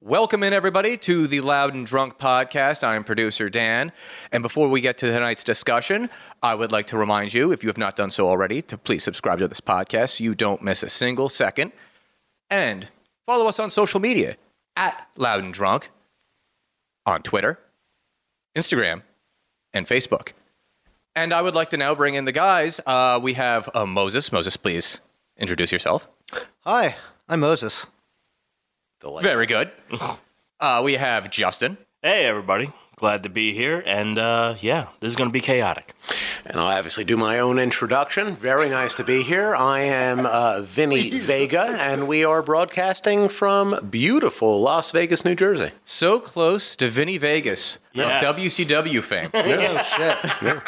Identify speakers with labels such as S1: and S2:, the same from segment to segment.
S1: Welcome in, everybody, to the Loud and Drunk podcast. I am producer Dan. And before we get to tonight's discussion, I would like to remind you, if you have not done so already, to please subscribe to this podcast so you don't miss a single second. And follow us on social media at Loud and Drunk on Twitter, Instagram, and Facebook. And I would like to now bring in the guys. Uh, we have uh, Moses. Moses, please introduce yourself.
S2: Hi, I'm Moses.
S1: Very good. Uh, we have Justin.
S3: Hey, everybody. Glad to be here. And uh, yeah, this is going to be chaotic.
S4: And I'll obviously do my own introduction. Very nice to be here. I am uh, Vinny Vega, and we are broadcasting from beautiful Las Vegas, New Jersey.
S1: So close to Vinny Vegas
S3: Yes.
S1: of WCW fame.
S2: Oh shit!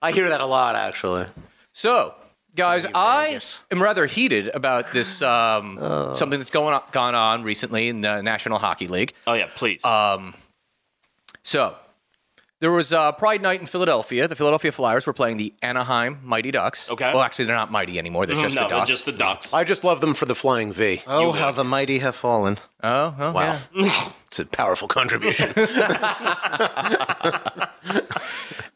S4: I hear that a lot, actually.
S1: so, guys, I
S2: Vegas.
S1: am rather heated about this um,
S3: Oh.
S1: something that's going on, gone on recently in the National Hockey League.
S3: Oh, yeah, please.
S1: So, there was uh, Pride Night in Philadelphia. The Philadelphia Flyers were playing the Anaheim Mighty Ducks.
S3: Okay. Mm-hmm,
S1: Well, actually, they're not mighty anymore. They're just
S3: no,
S1: the
S3: but
S1: Ducks.
S3: just the ducks.
S4: I just love them for the flying V.
S2: Oh, how the mighty have fallen.
S1: oh, oh, yeah.
S4: Wow. It's a powerful contribution.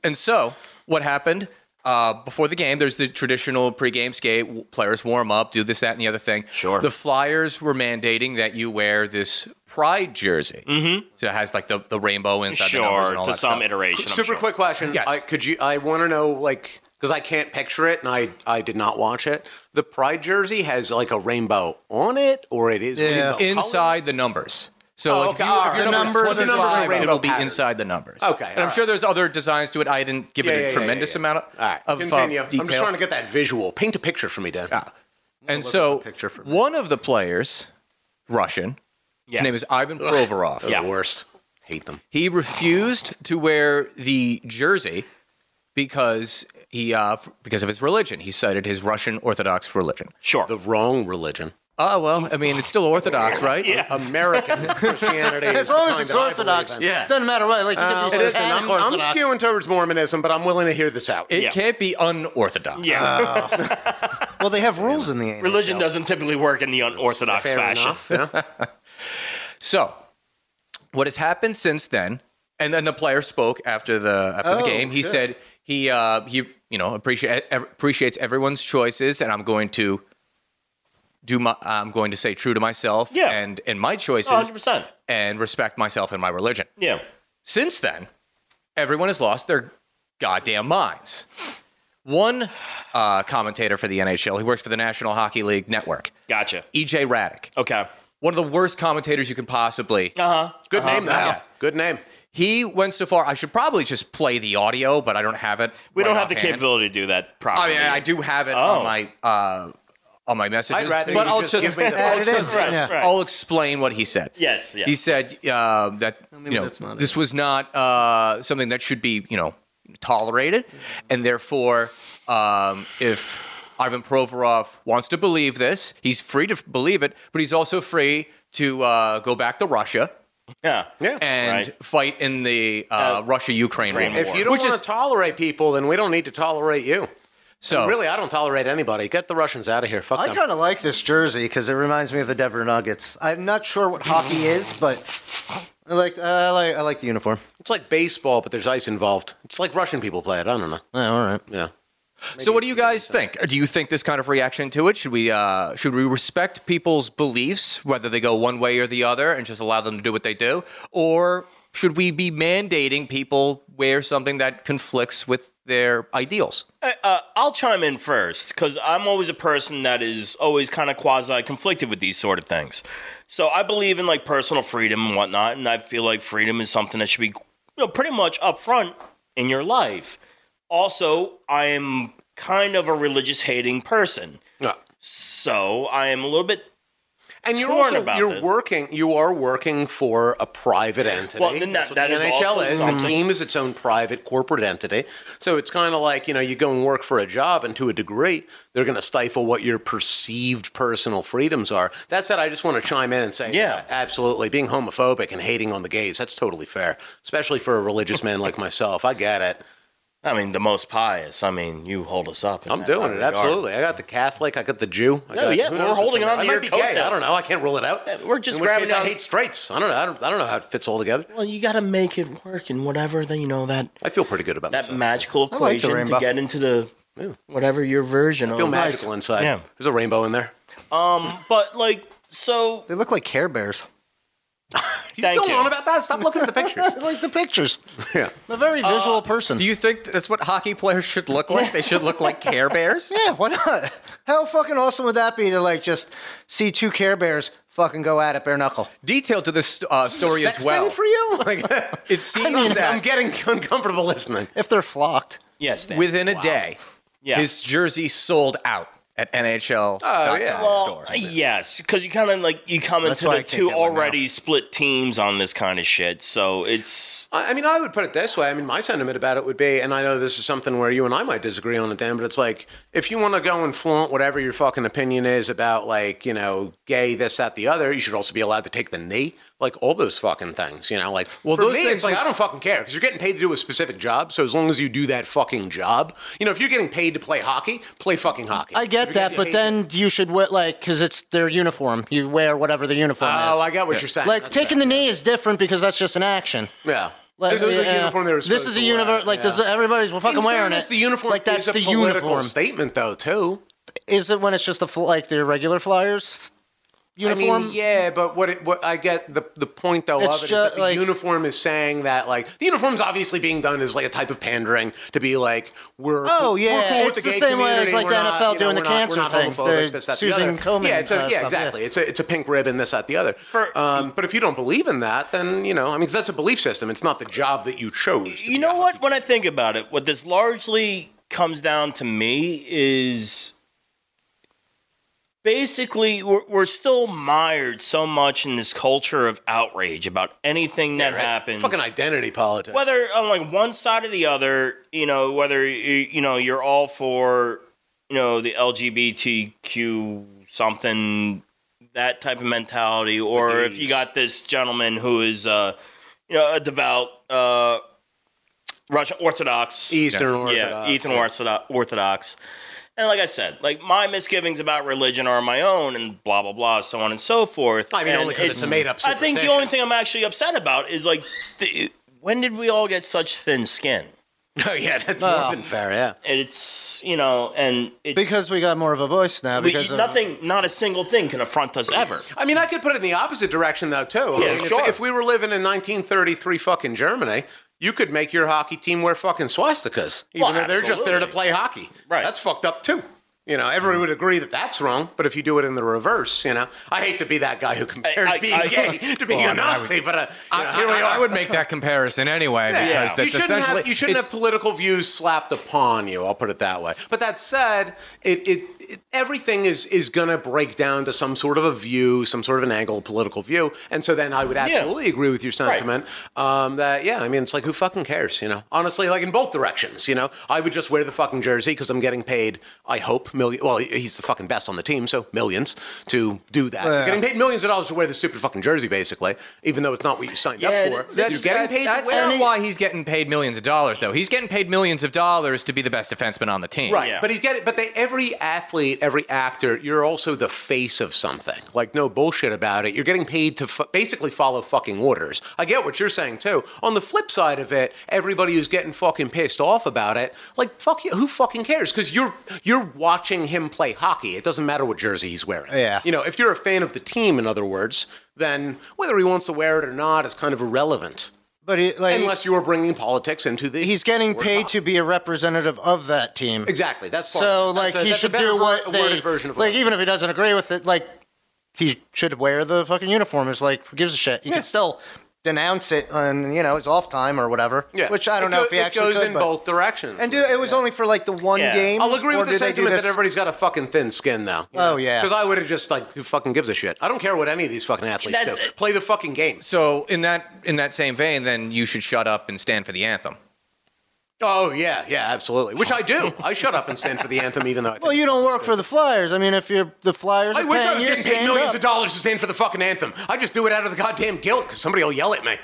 S1: And so, what happened uh, before the game? There's the traditional pregame skate. w- Players warm up, do this, that, and the other thing.
S3: Sure.
S1: The Flyers were mandating that you wear this pride jersey. Mm-hmm. So it has like the, the rainbow inside the numbers
S3: Sure,
S1: and all
S3: to
S1: that
S3: some
S1: stuff.
S3: iteration. I'm
S4: Super
S3: sure.
S4: quick question.
S1: Yes.
S4: I, could you? I want to know, like, because I can't picture it, and I I did not watch it. The Pride jersey has like a rainbow on it, or it is
S2: Yeah.
S4: is it a color?
S1: Inside the numbers. So
S4: Oh,
S1: like
S4: okay,
S1: if, you, if
S4: alright.
S1: your
S4: The
S1: number
S4: numbers-
S1: is
S4: what the numbers are
S1: 25,
S4: rainbow
S1: it'll be
S4: pattern.
S1: inside the numbers.
S4: Okay,
S1: And I'm
S4: alright.
S1: sure there's other designs to it. I didn't give
S4: Yeah,
S1: it
S4: yeah,
S1: a
S4: yeah,
S1: tremendous
S4: yeah.
S1: amount of,
S4: All right,
S1: of uh,
S4: continue.
S1: detail.
S4: I'm just trying to get that visual. Paint a picture for me, Dan.
S1: and so
S2: picture for me.
S1: one of the players, Russian,
S3: Yes.
S1: his name is Ivan Provorov.
S4: They're
S3: Yeah.
S4: the worst. Hate them.
S1: He refused to wear the jersey because he uh, f- because of his religion. He cited his Russian Orthodox religion.
S3: Sure.
S4: The wrong religion.
S1: Oh well, I mean it's still Orthodox, right? yeah.
S4: American Christianity. is
S2: As long as
S4: the kind
S2: it's
S4: that I
S2: orthodox,
S4: believe in.
S3: Yeah.
S2: doesn't matter what. Like you
S4: Uh,
S2: could be
S4: listen,
S2: satanic
S4: I'm, I'm
S2: Orthodox.
S4: skewing towards Mormonism, but I'm willing to hear this out.
S1: It
S3: Yeah.
S1: can't be unorthodox.
S3: yeah.
S2: Well, they have rules in the NFL.
S3: Religion doesn't typically work in the unorthodox
S4: Fair
S3: fashion.
S4: enough. Oh, yeah.
S1: So, what has happened since then? And then the player spoke after the after the
S2: Oh,
S1: game. He
S2: good.
S1: said he uh, he you know appreciate ev- appreciates everyone's choices, and I'm going to do my I'm going to stay true to myself
S3: Yeah.
S1: and and my choices
S3: 100%.
S1: and respect myself and my religion.
S3: Yeah.
S1: Since then, everyone has lost their goddamn minds. One uh, commentator for the NHL, he works for the National Hockey League Network,
S3: Gotcha.
S1: EJ Raddick,
S3: Okay.
S1: one of the worst commentators you can possibly.
S3: Uh.
S4: Good name, though. Good name.
S1: He went so far, I should probably just play the audio, but I don't have it.
S3: We
S1: right
S3: don't have the
S1: offhand.
S3: capability to do that
S1: I
S3: properly.
S1: mean, I do have it
S3: Oh.
S1: on my. Uh, on my messages,
S4: I'd rather
S1: but
S4: you
S1: I'll
S4: just
S1: just,
S4: give me the-
S1: I'll,
S2: Edit
S1: just-
S2: it. Right, Yeah.
S3: right.
S1: I'll explain what he said.
S3: Yes, yes,
S1: he said uh, that you know
S2: that's not
S1: this was not uh, something that should be you know tolerated, and therefore, um, if Ivan Provorov wants to believe this, he's free to believe it, but he's also free to uh, go back to Russia
S3: Yeah.
S4: Yeah.
S1: and
S3: Right.
S1: fight in the uh, Russia-Ukraine war.
S3: Ukraine
S4: if
S3: war.
S4: you don't
S1: Which
S4: want
S1: is-
S4: to tolerate people, then we don't need to tolerate you.
S1: so
S4: Really, I don't tolerate anybody. Get the Russians out of here. Fuck
S2: I
S4: them.
S2: kind of like this jersey because it reminds me of the Denver Nuggets. I'm not sure what hockey is, but I like I like I like the uniform.
S4: It's like baseball, but there's ice involved. It's like Russian people play it. I don't know.
S2: all right.
S4: Yeah.
S1: So, what do you guys think? Do you think this kind of reaction to it should we uh, should we respect people's beliefs, whether they go one way or the other, and just allow them to do what they do, or should we be mandating people wear something that conflicts with their ideals?
S3: Uh, I'll chime in first because I'm always a person that is always kind of quasi conflicted with these sort of things. So I believe in like personal freedom and whatnot, and I feel like freedom is something that should be you know, pretty much upfront in your life. Also, I am kind of a religious hating person,
S4: Yeah.
S3: so I am a little bit
S4: And you're
S3: Torn
S4: also
S3: about
S4: you're
S3: this.
S4: working you are working for a private entity.
S3: Well, then
S4: That's
S3: that-
S4: what
S3: that
S4: the
S3: is
S4: NHL
S3: also
S4: is. The
S3: something.
S4: team is its own private corporate entity. So it's kind of like you know you go and work for a job, and to a degree, they're going to stifle what your perceived personal freedoms are. That said, I just want to chime in and say,
S3: Yeah.
S4: absolutely, being homophobic and hating on the gays that's totally fair, especially for a religious man like myself. I get it.
S3: I mean, the most pious. I mean, you hold us up. in
S4: I'm
S3: that
S4: doing it
S3: regard.
S4: absolutely. I got the Catholic. I got the Jew. I
S3: No,
S4: got,
S3: yeah,
S4: who
S3: we're
S4: knows what's
S3: holding
S4: in
S3: on
S4: there.
S3: to
S4: I might
S3: your
S4: be
S3: coat
S4: gay. I
S3: tails.
S4: don't know. I can't rule it out.
S3: we're just
S4: in which
S3: grabbing
S4: case, I
S3: on-
S4: hate straights. I don't know. I don't, I don't know how it fits all together.
S3: Well, you got to make it work and whatever. Then you know that
S4: I feel pretty good about
S3: that
S4: myself.
S3: magical
S2: I like the
S3: equation to
S2: rainbow.
S3: get into the whatever your version.
S4: I
S3: of
S4: feel
S3: is.
S4: magical inside.
S3: Yeah.
S4: There's a rainbow in there.
S3: But like, so
S2: They look like Care Bears.
S4: You
S3: Thank
S4: still
S3: you.
S4: on about that? Stop looking at the pictures.
S2: I like the pictures. Uh,
S4: yeah.
S2: I'm a
S3: uh,
S2: very visual person.
S1: Do you think that's what hockey players should look like? They should look like Care Bears?
S2: yeah, why not? How fucking awesome would that be to like just see two Care Bears fucking go at it bare knuckle?
S1: Detail to this uh, story
S4: Sex
S1: as well.
S4: thing for you? Like,
S1: it seems that
S4: I'm getting uncomfortable listening.
S2: If they're flocked.
S3: yes, Dan.
S1: within a
S3: Wow.
S1: day,
S3: Yeah.
S1: his jersey sold out at NHL.
S4: Oh, yeah.
S3: Well, yes, because you kind of like you come
S2: That's
S3: into
S2: why I
S3: the
S2: can't
S3: two
S2: get one now.
S3: already split teams on this kind of shit. So it's
S4: I I mean, I would put it this way. I mean, my sentiment about it would be, and I know this is something where you and I might disagree on it, Dan, but it's like if you want to go and flaunt whatever your fucking opinion is about, like, you know, gay, this, that, the other, you should also be allowed to take the knee. Like, all those fucking things, you know? Like,
S1: Well,
S4: well, for
S1: those
S4: me, it's
S1: things
S4: like,
S1: would-
S4: I don't fucking care because you're getting paid to do a specific job. So as long as you do that fucking job, you know, if you're getting paid to play hockey, play fucking hockey.
S5: I get
S4: If you're
S5: that,
S4: getting
S5: but
S4: paid-
S5: then you should wear like because it's their uniform. You wear whatever the uniform is.
S4: Oh, I get what you're saying.
S5: like
S4: That's
S5: taking
S4: fair.
S5: the knee is different because that's just an action.
S4: Yeah.
S5: Like,
S4: this is
S5: yeah.
S4: a uniform they were
S5: This
S4: supposed
S5: is a
S4: to wear.
S5: uniform. Like this,
S4: Yeah.
S5: everybody's we're fucking
S4: In
S5: wearing
S4: fairness,
S5: it.
S4: the uniform
S5: Like that's
S4: is a
S5: the
S4: political
S5: uniform.
S4: statement, though, too.
S5: Is it when it's just the fl- like the regular Flyers uniform?
S4: I mean, yeah, but what it, what I get the the point though
S5: It's
S4: of it is
S5: ju-
S4: that the
S5: like-
S4: uniform is saying that like the uniform's obviously being done as like a type of pandering to be like we're
S5: Oh, yeah,
S4: we're cool with
S5: it's
S4: the,
S5: the
S4: gay
S5: same way
S4: community,
S5: as, like,
S4: we're
S5: the NFL
S4: not, you know,
S5: doing the
S4: we're not-
S5: cancer
S4: we're not
S5: thing,
S4: homophobic,
S5: the
S4: this, that,
S5: Susan
S4: the other.
S5: Komen,
S4: yeah, it's a,
S5: uh,
S4: yeah
S5: stuff,
S4: exactly it's a it's a pink ribbon this that the other
S3: For-
S4: um, but if you don't believe in that then you know I mean 'cause that's a belief system it's not the job that you chose to
S3: you know what? When I think about it, what this largely comes down to me is basically we're, we're still mired so much in this culture of outrage about anything that
S4: right?
S3: happens.
S4: fucking identity politics
S3: whether on like one side or the other, you know, whether you, you know you're all for you know the LGBTQ something that type of mentality, or
S4: The
S3: if you
S4: gays.
S3: got this gentleman who is uh, you know a devout uh, Russian Orthodox,
S4: Eastern
S3: yeah,
S4: Orthodox
S3: Ethan Orthodox. Orthodox. And like I said, like my misgivings about religion are my own, and blah blah blah, so on and so forth.
S4: I mean,
S3: And
S4: only 'cause it's a made-up
S3: I think the
S4: superstition.
S3: only thing I'm actually upset about is like, the, when did we all get such thin skin?
S4: oh yeah that's
S5: Well.
S4: more than fair yeah
S3: And it's you know, and it's
S5: because we got more of a voice now.
S3: we,
S5: Because of-
S3: nothing, not a single thing can affront us ever.
S4: I mean, I could put it in the opposite direction though too. I
S3: Yeah,
S4: mean, if-
S3: sure.
S4: if, we were living in 1933 fucking Germany, you could make your hockey team wear fucking swastikas, even
S3: Well,
S4: though they're just there to play
S3: absolutely.
S4: hockey.
S3: Right.
S4: That's fucked up too. You know, everyone would agree that that's wrong. But if you do it in the reverse, you know, I hate to be that guy who compares
S3: I-
S4: being
S3: I-
S4: gay to being
S1: Well, I
S4: a
S1: mean, I
S4: Nazi. but uh, you know,
S1: I,
S4: here we are.
S1: I would make that comparison anyway
S4: Yeah.
S1: because
S4: you
S1: that's
S4: shouldn't,
S1: essentially
S4: have, you shouldn't
S1: it's-
S4: have political views slapped upon you. I'll put it that way. But that said, it, it, it everything is is going to break down to some sort of a view, some sort of an angle, political view. And so then I would absolutely agree with your sentiment um, that yeah, I mean it's like who fucking cares, you know? Honestly, like in both directions, you know. I would just wear the fucking jersey because I'm getting paid. I hope million. Well, he's the fucking best on the team, so millions to do that. You're getting paid millions of dollars to wear the stupid fucking jersey, basically, even though it's not what you signed
S3: Yeah,
S4: up for.
S3: that's-
S4: You're getting paid. to
S1: That's
S4: wear
S1: not
S4: it.
S1: why he's getting paid millions of dollars, though. He's getting paid millions of dollars to be the best defenseman on the team.
S4: Right,
S3: Yeah.
S4: but you get it. But they, every athlete, every actor, you're also the face of something. Like no bullshit about it. You're getting paid to f- basically follow fucking orders. I get what you're saying too. On the flip side of it, everybody who's getting fucking pissed off about it, like fuck you, who fucking cares? Because you're you're watching him play hockey. It doesn't matter what jersey he's wearing.
S5: Yeah.
S4: you know, if you're a fan of the team, in other words, then whether he wants to wear it or not is kind of irrelevant.
S5: but he, like
S4: Unless you are bringing politics into the
S5: he's getting
S4: sport of
S5: paid
S4: hockey.
S5: to be a representative of that team.
S4: Exactly. That's part
S5: So
S4: of it. That's
S5: like
S4: a-
S5: he
S4: that's a
S5: should
S4: better
S5: do
S4: ver-
S5: what
S4: a
S5: they
S4: worded version of
S5: like
S4: it.
S5: even if he doesn't agree with it like he should wear the fucking uniform it's like who gives a shit he
S4: Yeah.
S5: can still
S2: Denounce it on, you know, it's off time or whatever.
S4: Yeah.
S2: Which I don't
S4: It
S2: know
S4: go-
S2: if he
S4: it
S2: actually
S4: goes
S2: could,
S4: in
S2: but-
S4: both directions.
S2: And dude, it was only for like the one
S3: Yeah.
S2: game.
S4: I'll agree
S2: or
S4: with the
S2: did they do
S4: sentiment that
S2: this-
S4: everybody's got a fucking thin skin now.
S2: Oh, yeah.
S4: Because I would have just like, who fucking gives a shit? I don't care what any of these fucking athletes
S3: That's-
S4: do. Play the fucking games.
S1: So in that in that same vein, then you should shut up and stand for the anthem.
S4: Oh yeah, yeah, absolutely. Which I do. I shut up and stand for the anthem, even though. I think
S5: well you don't work for the flyers i mean if you're the flyers
S4: I
S5: are
S4: wish
S5: paying
S4: I was
S5: you,
S4: getting paid
S5: stand
S4: millions
S5: up.
S4: of dollars to stand for the fucking anthem. I just do it out of the goddamn guilt because somebody will yell at me.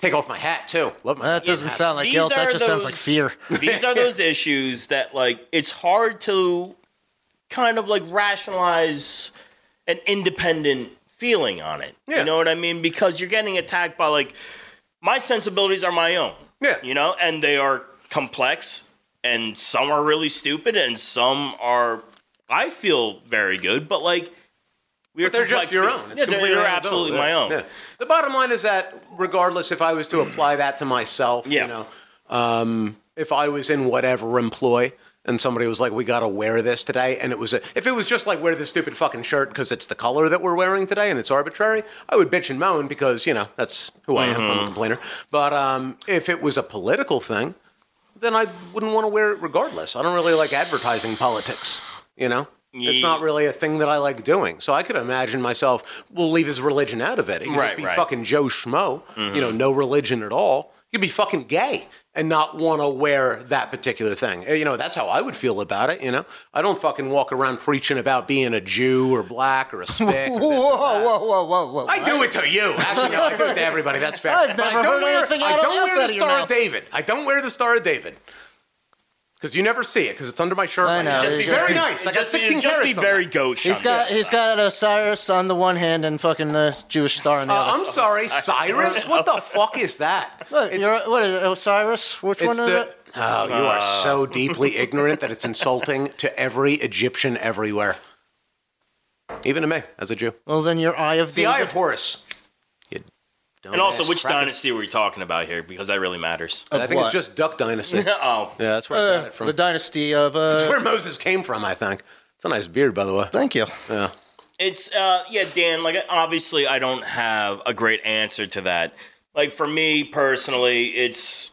S4: Take off my hat too. Love my.
S5: That
S4: hat.
S5: doesn't sound like
S3: These
S5: guilt. That
S3: are
S5: just sounds like
S3: those-
S5: fear.
S3: these are those issues that like it's hard to kind of like rationalize an independent feeling on it.
S4: Yeah.
S3: You know what I mean? Because you're getting attacked by like my sensibilities are my own.
S4: Yeah.
S3: You know, and they are complex and some are really stupid and some are I feel very good, but like we are
S4: But they're
S3: complex
S4: just your
S3: people.
S4: own. It's
S3: Yeah, they're,
S4: completely
S3: they're
S4: your own.
S3: absolutely
S4: Yeah.
S3: my own.
S4: Yeah. The bottom line is that, regardless, if I was to apply that to myself,
S3: Yeah.
S4: you know, um, if I was in whatever employ and somebody was like, "We got to wear this today," and it was a, if it was just like wear this stupid fucking shirt because it's the color that we're wearing today and it's arbitrary, I would bitch and moan because you know that's who I am. I'm a complainer. But um, if it was a political thing, then I wouldn't want to wear it regardless. I don't really like advertising politics, you know? It's not really a thing that I like doing. So I could imagine myself, we'll leave his religion out of it. It could
S3: Right,
S4: just be
S3: right. Mm-hmm.
S4: fucking Joe Schmo, you know, no religion at all. You could be fucking gay and not want to wear that particular thing. Uh, You know, that's how I would feel about it, you know? I don't fucking walk around preaching about being a Jew or black or a spick. or this or
S5: Whoa,
S4: that.
S5: whoa, whoa, whoa, whoa!
S4: I do it to you. Actually, no, I do it to everybody. That's fair.
S5: I've
S4: But I
S5: never
S4: don't
S5: heard
S4: wear,
S5: anything
S4: I
S5: out of-
S4: don't
S5: else
S4: wear
S5: out
S4: the
S5: of your
S4: Star of
S5: mouth.
S4: David. I don't wear the Star of David. Because you never see it, because it's under my shirt.
S5: I
S4: right now.
S5: know,
S4: Just be
S5: he's
S4: very
S5: got-
S4: nice. I got
S3: Just,
S4: 16
S3: just be
S4: carats on that.
S3: very gauche.
S5: He's
S3: on
S5: got
S3: the
S5: he's got Osiris on the one hand and fucking the Jewish star on the
S4: Uh,
S5: other.
S4: I'm sorry, Cyrus? What the fuck is that?
S5: Look,
S4: It's-
S5: you're, what is it, Osiris? Which one
S4: It's
S5: is
S4: the.
S5: it?
S4: Oh, you are
S3: Uh.
S4: so deeply ignorant that it's insulting to every Egyptian everywhere. Even to me, as a Jew.
S5: Well, then your Eye of
S4: It's the Eye
S5: David.
S4: of Horus. You
S3: And also,
S4: dumbass
S3: which
S4: crap.
S3: dynasty were we talking about here? Because that really matters.
S4: I think
S5: what?
S4: it's just Duck Dynasty. yeah,
S3: oh,
S4: that's where I got
S5: Uh,
S4: it from.
S5: the dynasty of.
S4: That's
S5: Uh,
S4: where Moses came from, I think. It's a nice beard, by the way.
S5: thank you.
S4: Yeah.
S3: it's uh, yeah, Dan. Like, obviously, I don't have a great answer to that. Like, for me personally, it's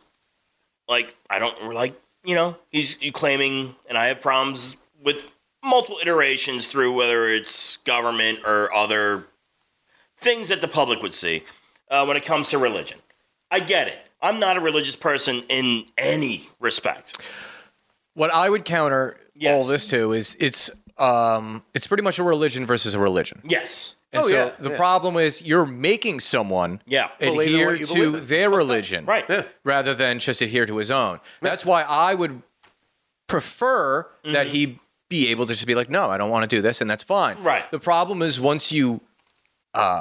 S3: like I don't like you know he's claiming, and I have problems with multiple iterations through whether it's government or other things that the public would see uh, when it comes to religion. I get it. I'm not a religious person in any respect.
S1: What I would counter all
S3: Yes.
S1: this to is it's um, it's pretty much a religion versus a religion.
S3: Yes.
S1: And
S4: Oh,
S1: so
S4: yeah,
S1: the
S4: yeah.
S1: problem is you're making someone
S3: Yeah.
S1: adhere
S4: Believe in what you
S1: to
S4: believe in.
S1: their religion
S3: Right.
S1: rather than just adhere to his own. That's why I would prefer that he be able to just be like, no, I don't want to do this, and that's fine.
S3: Right.
S1: The problem is once you uh,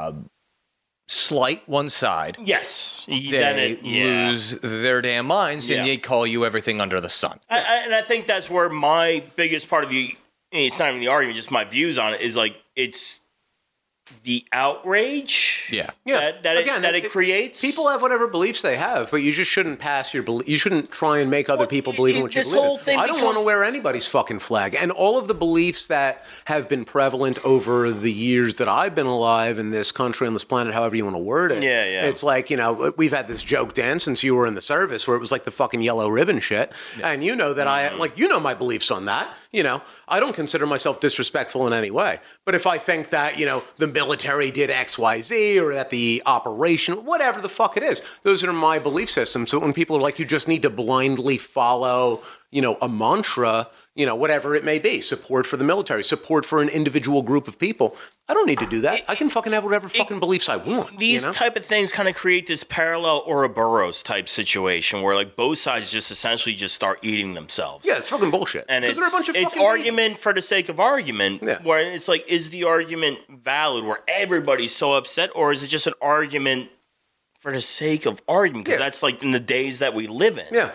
S1: slight one side,
S3: Yes.
S1: they
S3: Then it, yeah.
S1: lose their damn minds
S3: Yeah.
S1: and they call you everything under the sun.
S3: I, I, and I think that's where my biggest part of the it's not even the argument, just my views on it is like it's the outrage.
S1: Yeah.
S4: Yeah.
S3: That, that,
S4: Again,
S3: it, that it,
S4: it-
S3: creates.
S4: People have whatever beliefs they have, but you just shouldn't pass your belief. You shouldn't try and make other people believe in what you
S3: this
S4: believe in.
S3: whole thing
S4: I don't
S3: become-
S4: want to wear anybody's fucking flag. And all of the beliefs that have been prevalent over the years that I've been alive in this country, on this planet, however you want to word it.
S3: Yeah, yeah.
S4: It's like, you know, we've had this joke, Dan, since you were in the service where it was like the fucking yellow ribbon shit. And you know that I, like, you know my beliefs on that. You know, I don't consider myself disrespectful in any way. But if I think that, you know, the military did XYZ or that the operation, whatever the fuck it is, those are my belief systems. So when people are like, you just need to blindly follow, you know, a mantra, you know, whatever it may be, support for the military, support for an individual group of people, I don't need to do that. I can fucking have whatever fucking beliefs I want.
S3: these
S4: you know?
S3: type of things kind of create this parallel Ouroboros type situation where like both sides just essentially just start eating themselves.
S4: Yeah, it's fucking bullshit.
S3: and
S4: 'Cause
S3: it's,
S4: they're a bunch of
S3: it's
S4: fucking
S3: argument for the sake of argument
S4: Yeah.
S3: where it's like is the argument valid where everybody's so upset or is it just an argument for the sake of argument because
S4: Yeah.
S3: that's like in the days that we live in
S4: idiots.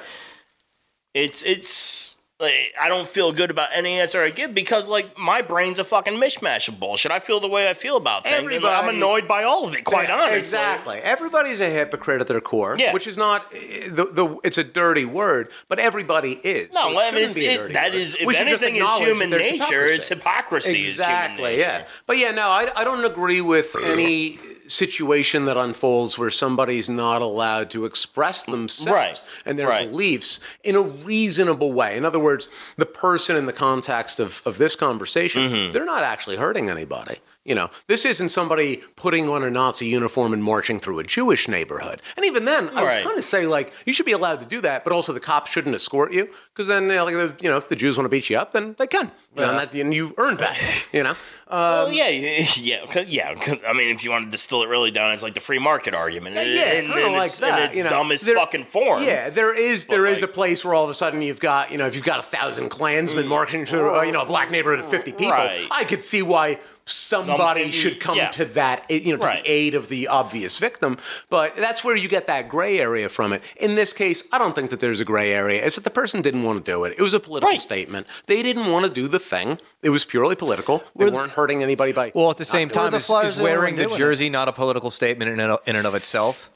S3: it's it's like, I don't feel good about any answer I give because like my brain's a fucking mishmash of bullshit. I feel the way I feel about things. and, like, I'm
S4: Everybody's-
S3: annoyed by all of it, quite
S4: Yeah,
S3: honestly.
S4: exactly. Everybody's a hypocrite at their core,
S3: Yeah.
S4: which is not eh, the, the it's a dirty word, but everybody is.
S3: No,
S4: so
S3: well, I
S4: it shouldn't
S3: mean, it's,
S4: be a
S3: it,
S4: dirty
S3: that
S4: word.
S3: is, if
S4: We should just
S3: anything is
S4: acknowledge that
S3: human
S4: there's
S3: nature, it's hypocrisy.
S4: Exactly.
S3: Is human nature.
S4: yeah. But yeah, no, I, I don't agree with any situation that unfolds where somebody's not allowed to express themselves
S3: Right,
S4: and their
S3: right.
S4: beliefs in a reasonable way. In other words, the person in the context of, of this conversation, they're not actually hurting anybody. You know, this isn't somebody putting on a Nazi uniform and marching through a Jewish neighborhood. And even then, I
S3: Right.
S4: would kind of say like you should be allowed to do that, but also the cops shouldn't escort you because then you know, like the, you know if the Jews want to beat you up, then they can. You know, and, that, and you earn that. You know,
S3: Well, yeah, yeah, yeah, 'cause- yeah. 'cause, I mean, if you want to distill it really down, it's like the free market argument. And-
S4: yeah,
S3: and,
S4: I don't
S3: and
S4: like
S3: it's,
S4: that,
S3: And it's
S4: you know.
S3: dumb as
S4: There-
S3: fucking form.
S4: Yeah, there is there is
S3: like-
S4: a
S3: Mm,
S4: place where all of a sudden you've got you know if you've got a thousand Klansmen marching through uh, you know a black neighborhood of fifty people,
S3: Right.
S4: I could see why somebody
S3: Something-
S4: should come
S3: yeah.
S4: to that eh, you know to
S3: Right.
S4: the aid of the obvious victim. But that's where you get that gray area from it. In this case, I don't think that there's a gray area. It's that the person didn't want to do it. It was a political
S3: Right.
S4: statement. They didn't want to do the thing. It was purely political. They weren't hurting anybody by
S1: Well, at the same
S2: doing it.
S1: time,
S2: Or the
S1: is,
S2: Flyers
S1: is
S2: are the only
S1: wearing
S2: one
S1: the
S2: doing it.
S1: jersey not a political statement in and, in and of itself?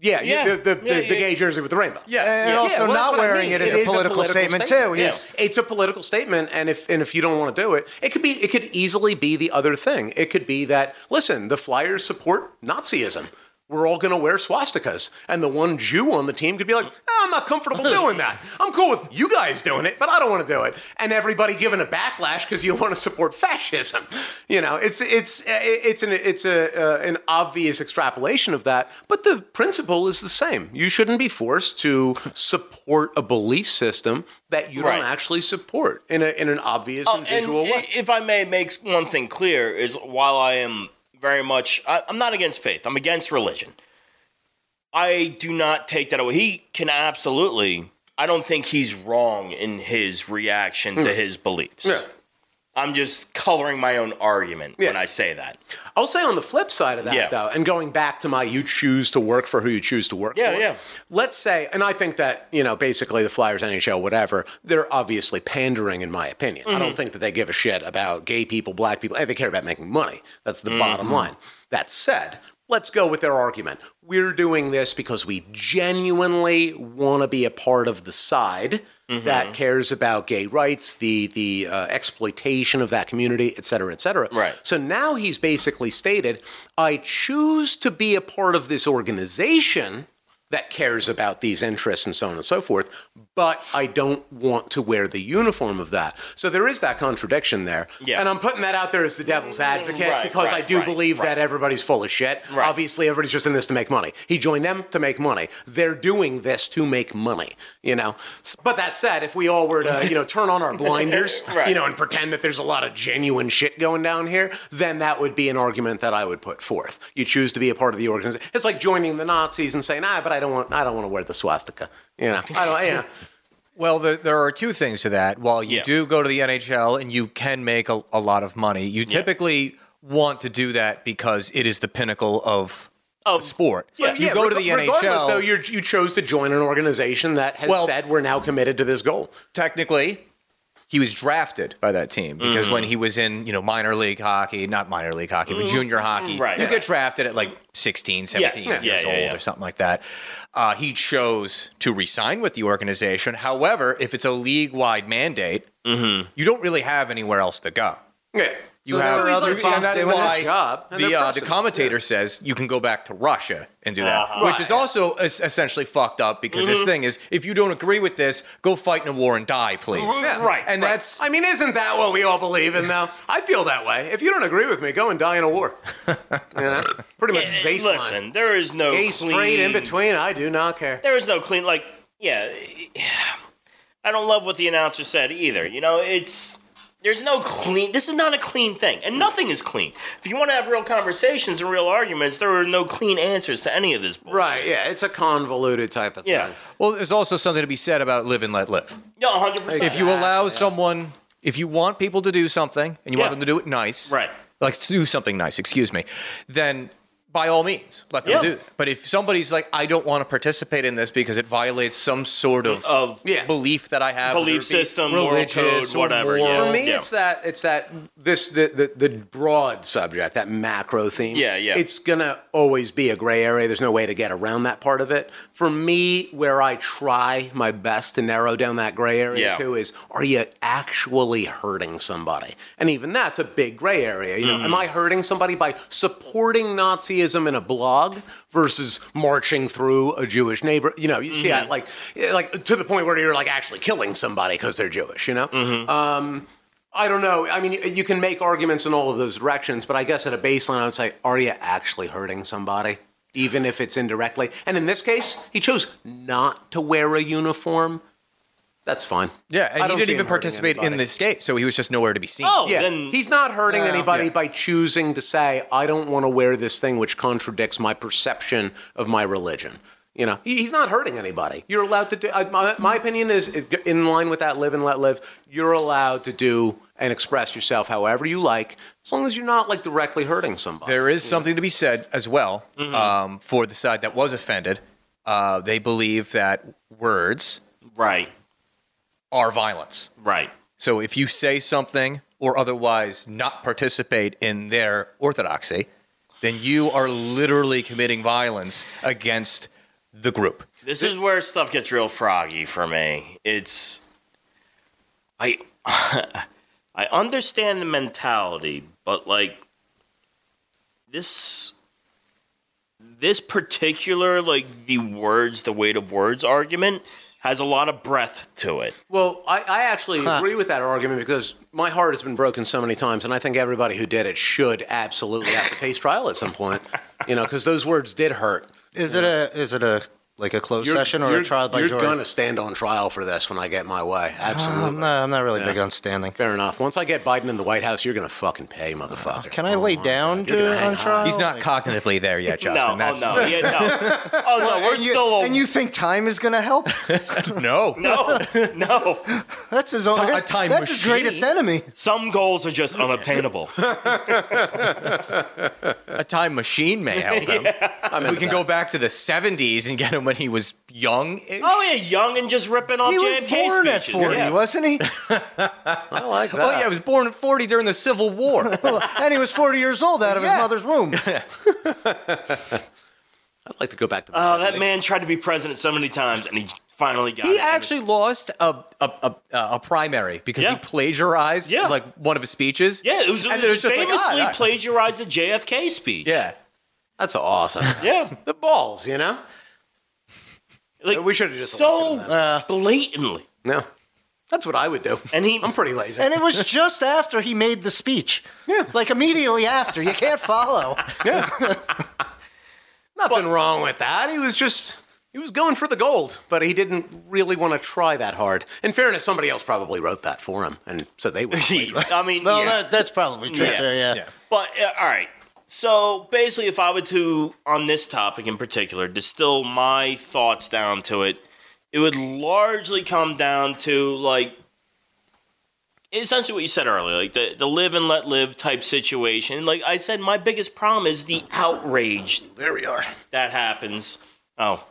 S4: yeah,
S3: Yeah.
S4: yeah. The, the,
S3: Yeah,
S4: the, the
S3: yeah.
S4: gay jersey with the rainbow.
S1: Yeah.
S2: And
S1: Yeah.
S2: also
S4: Yeah, well, that's
S2: not
S4: what I
S2: wearing
S4: mean.
S2: it is, a,
S4: is
S2: political statement, too.
S4: Yeah.
S2: He's-
S4: It's a political statement, and if and if you don't want to do it, it could be it could easily be the other thing. It could be that listen, the Flyers support Nazism. We're all going to wear swastikas, and the one Jew on the team could be like, "Ah, "I'm not comfortable doing that. I'm cool with you guys doing it, but I don't want to do it." And everybody giving a backlash because you want to support fascism. You know, it's it's eh, it's an it's a uh, an obvious extrapolation of that, but the principle is the same. You shouldn't be forced to support a belief system that you
S3: Right.
S4: don't actually support in a in an obvious
S3: Oh,
S4: and visual
S3: and
S4: way.
S3: i- If I may make one thing clear, is while I am very much, I, I'm not against faith. I'm against religion. I do not take that away. He can absolutely. I don't think he's wrong in his reaction to his beliefs.
S4: Hmm. Yeah.
S3: I'm just coloring my own argument when
S4: Yeah.
S3: I say that.
S4: I'll say on the flip side of that
S3: Yeah.
S4: though, and going back to my you choose to work for who you choose to work
S3: Yeah,
S4: for.
S3: yeah.
S4: Let's say, and I think that, you know, basically the Flyers, NHL, whatever, they're obviously pandering in my opinion. I don't think that they give a shit about gay people, black people. Hey, They care about making money. That's the bottom line. That said, let's go with their argument. We're doing this because we genuinely want to be a part of the side that cares about gay rights, the the uh, exploitation of that community, et cetera, et cetera.
S3: Right.
S4: So now he's basically stated, I choose to be a part of this organization that cares about these interests and so on and so forth, but I don't want to wear the uniform of that. So there is that contradiction there.
S3: Yeah.
S4: And I'm putting that out there as the devil's advocate
S3: Right,
S4: because
S3: right,
S4: I do
S3: right,
S4: believe
S3: right.
S4: that everybody's full of shit.
S3: Right.
S4: Obviously, everybody's just in this to make money. He joined them to make money. They're doing this to make money, you know? S- But that said, if we all were to, you know, turn on our blinders,
S3: Right.
S4: you know, and pretend that there's a lot of genuine shit going down here, then that would be an argument that I would put forth. You choose to be a part of the organization. It's like joining the Nazis and saying, "Ah, but I don't want, I don't want to wear the swastika." You know, I don't, yeah.
S1: Well, there, there are two things to that. While you
S3: Yeah.
S1: do go to the NHL and you can make a, a lot of money, you typically want to do that because it is the pinnacle of
S3: Of-
S1: the sport.
S3: Yeah.
S1: you go to
S4: reg-
S1: the
S4: regardless,
S1: NHL.
S4: So you you chose to join an organization that has
S1: Well-
S4: said we're now committed to this goal.
S1: technically he was drafted by that team because when
S3: Mm-hmm.
S1: he was in you know minor league hockey not minor league hockey but junior hockey
S3: Mm-hmm. Right.
S1: you get drafted at like 16 17
S3: Yes.
S1: years
S3: Yeah, yeah,
S1: old
S3: yeah.
S1: or something like that uh, he chose to resign with the organization however if it's a league-wide mandate
S3: Mm-hmm.
S1: you don't really have anywhere else to go
S4: Yeah.
S1: you
S4: So
S1: have
S4: that's
S1: other-
S4: what he's
S1: and
S4: like, "Fuck
S1: that's
S4: doing this
S1: why
S4: job," and
S1: the
S4: they're
S1: uh, the
S4: pressing it.
S1: commentator says you can go back to Russia and do that,
S3: Uh-huh.
S1: which
S3: Right.
S1: is also es- essentially fucked up because this thing is if you don't agree with this, go fight in a war and die, please.
S3: Yeah. Right,
S1: and
S3: right.
S1: that's
S4: I mean, isn't that what we all believe in, though? I feel that way. If you don't agree with me, go and die in a war. You know? Pretty much
S3: Eh,
S4: baseline.
S3: Listen, there is no
S4: Gay,
S3: clean,
S4: straight, in between, I do not care.
S3: There is no clean. Like, yeah, yeah. I don't love what the announcer said either. You know, it's there's no clean. This is not a clean thing, and nothing is clean. If you want to have real conversations and real arguments, there are no clean answers to any of this. Bullshit.
S4: Right, yeah, it's a convoluted type of
S3: Yeah.
S4: thing.
S1: well. There's also something to be said about live and let live.
S3: No, hundred percent.
S1: If you allow someone, if you want people to do something and you
S3: Yeah.
S1: want them to do it nice,
S3: Right.
S1: Like to do something nice, excuse me, then by all means let them
S3: Yeah.
S1: do that. But if somebody's like, I don't want to participate in this because it violates some sort of
S3: of
S4: Yeah.
S1: belief that I have, whether
S3: Belief
S1: it be
S3: system, moral
S1: religious
S3: code,
S1: or
S3: whatever, yeah.
S1: moral.
S4: For me,
S3: Yeah.
S4: it's that it's that this the, the the broad subject, that macro theme.
S3: Yeah, yeah.
S4: It's gonna always be a gray area. There's no way to get around that part of it. For me, where I try my best to narrow down that gray area
S3: Yeah.
S4: to is, are you actually hurting somebody? And even that's a big gray area. You know, am
S3: Mm.
S4: I hurting somebody by supporting Nazism in a blog versus marching through a Jewish neighbor? You know, you see,
S3: Mm-hmm.
S4: I, like, like to the point where you're like actually killing somebody because they're Jewish. You know.
S3: Mm-hmm.
S4: I don't know. I mean, you- you can make arguments in all of those directions, but I guess at a baseline, I would say, are you actually hurting somebody? Even if it's indirectly. And in this case, he chose not to wear a uniform. That's fine.
S1: Yeah, and
S4: I
S1: he
S4: don't
S1: didn't even
S4: see him hurting
S1: participate in
S4: anybody.
S1: the skate, so he was just nowhere to be seen.
S3: Oh,
S4: Yeah,
S3: then
S4: he's not hurting anybody
S1: Yeah.
S4: by choosing to say, "I don't want to wear this thing," which contradicts my perception of my religion. You know, he- he's not hurting anybody. You're allowed to do. I, my, my opinion is in line with that. Live and let live. You're allowed to do and express yourself however you like, as long as you're not like directly hurting somebody.
S1: There is something to be said as well
S3: Mm-hmm.
S1: um, for the side that was offended. Uh, they believe that words
S3: right,
S1: are violence.
S3: right.
S1: So if you say something or otherwise not participate in their orthodoxy, then you are literally committing violence against the group.
S3: This is where stuff gets real froggy for me. It's I I understand the mentality, but like this this particular like the words, the weight of words argument has a lot of breath to it.
S4: Well, I, I actually agree with that argument because my heart has been broken so many times, and I think everybody who did it should absolutely have to face trial at some point. You know, because those words did hurt.
S5: Is it a is it a like a closed session or a trial by
S4: you're
S5: jury? Um,
S4: gonna stand on trial for this when I get my way. Absolutely.
S5: I'm not, I'm not really big on standing.
S4: Fair enough. Once I get Biden in the White House, you're gonna fucking pay, motherfucker.
S5: Can I
S4: Oh
S5: lay
S4: my
S5: down
S4: God, you're gonna
S5: to,
S4: hang
S5: on trial?
S1: He's not cognitively there yet,
S3: Oh No, oh
S1: Justin. That's,
S3: no, yeah, no. Oh no, we're
S5: and, you,
S3: still a,
S5: and you think time is going to help?
S1: no.
S3: no, no.
S5: That's his own.
S1: a time
S5: that's his
S1: machine.
S5: greatest enemy.
S3: Some goals are just unobtainable.
S1: A time machine may help him. we can go back to the 70s and get him when he was young.
S3: Oh yeah, young and just ripping off
S5: He was
S3: JFK
S5: born at
S3: speeches.
S5: 40,
S3: yeah.
S5: wasn't he?
S4: I like that.
S1: Oh, yeah, he was born in 40 during the Civil War.
S5: and he was 40 years old out of
S1: Yeah.
S5: his mother's womb.
S4: I'd like to go back to. The
S3: Oh, that
S4: 70s.
S3: man tried to be president so many times, and he finally got.
S1: He
S3: it.
S1: actually lost a a, a, a primary because
S3: Yeah.
S1: he plagiarized
S3: Yeah.
S1: like one of his speeches.
S3: yeah, it was, it
S1: And
S3: was
S1: it was just like,
S3: famously
S1: ah, ah.
S3: plagiarized the JFK speech.
S1: Yeah.
S4: That's awesome.
S3: yeah,
S4: the balls, you know.
S3: like
S4: We should've just
S3: so
S5: Uh,
S3: blatantly,
S4: No, that's what I would do.
S3: and he.
S4: I'm pretty lazy.
S5: And it was just after he made the speech.
S4: Yeah.
S5: Like immediately after. You can't follow.
S4: Nothing wrong with that. He was just he was going for the gold, but he didn't really want to try that hard. In fairness, somebody else probably wrote that for him, and so they were.
S3: I mean,
S5: Well,
S3: yeah.
S5: that, that's probably true.
S3: Yeah.
S5: too, yeah.
S3: But uh, all right. So basically, if I were to on this topic in particular distill my thoughts down to it, it would largely come down to like essentially what you said earlier, like the the live and let live type situation. Like I said, my biggest problem is the outrage
S4: there we are.
S3: that happens. Oh.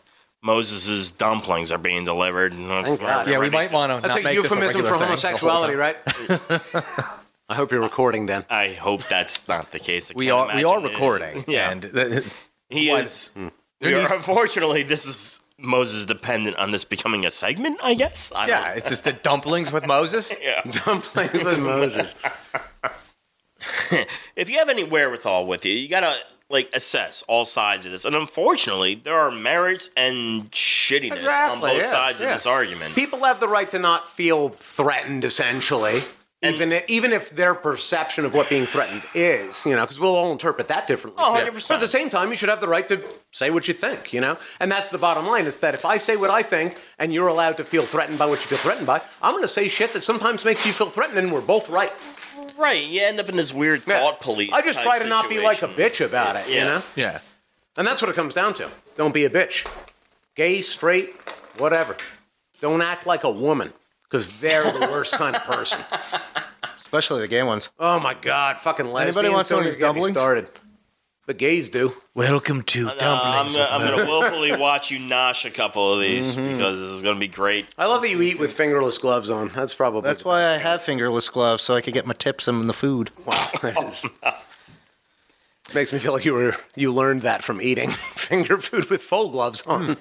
S3: Moses' dumplings are being delivered.
S4: Thank God.
S1: Yeah, we might want to
S4: That's
S1: not
S4: a
S1: make
S4: euphemism
S1: this a regular
S4: for
S1: thing.
S4: homosexuality, right? I hope you're recording, Dan.
S3: I hope that's not the case. I
S1: We
S3: can't
S1: are we are
S3: imagine it.
S1: recording.
S3: Yeah.
S1: And uh, th-
S3: He is.
S4: hmm.
S3: We
S1: There
S3: are,
S1: needs-
S3: unfortunately, this is Moses dependent on this becoming a segment. I guess. I
S1: yeah, it's just the dumplings with Moses.
S3: don't- yeah.
S4: Dumplings with Moses.
S3: If you have any wherewithal with you, you gotta like assess all sides of this. And unfortunately, there are merits and shittiness on
S4: Exactly,
S3: both
S4: yeah,
S3: sides
S4: yeah.
S3: of this argument.
S4: People have the right to not feel threatened, essentially. Even if, even if their perception of what being threatened is, you know, because we'll all interpret that differently.
S3: Oh,
S4: too.
S3: 100%.
S4: But at the same time, you should have the right to say what you think, you know? And that's the bottom line is that if I say what I think and you're allowed to feel threatened by what you feel threatened by, I'm going to say shit that sometimes makes you feel threatened and we're both right.
S3: Right? You end up in this weird
S4: Yeah.
S3: thought police.
S4: I just
S3: type
S4: try to not be like a
S3: situation.
S4: bitch about it, you
S3: Yeah.
S4: know?
S1: Yeah.
S4: And that's what it comes down to. Don't be a bitch. Gay, straight, whatever. Don't act like a woman because they're the worst kind of person.
S5: Especially the gay ones.
S4: Oh my God, fucking lesbians.
S5: Anybody want some
S4: don't
S5: of these
S4: even get me
S5: dumplings?
S4: started. The gays do.
S1: Welcome to
S3: Uh, I'm, gonna, I'm gonna willfully watch you nosh a couple of these
S4: Mm-hmm.
S3: because this is gonna be great.
S4: I love that you eat with fingerless gloves on. That's probably
S5: That's why I have fingerless gloves so I could get my tips in the food.
S4: Wow, that
S3: Oh
S4: is. Makes me feel like you were you learned that from eating finger food with full gloves
S3: Hmm.
S4: on.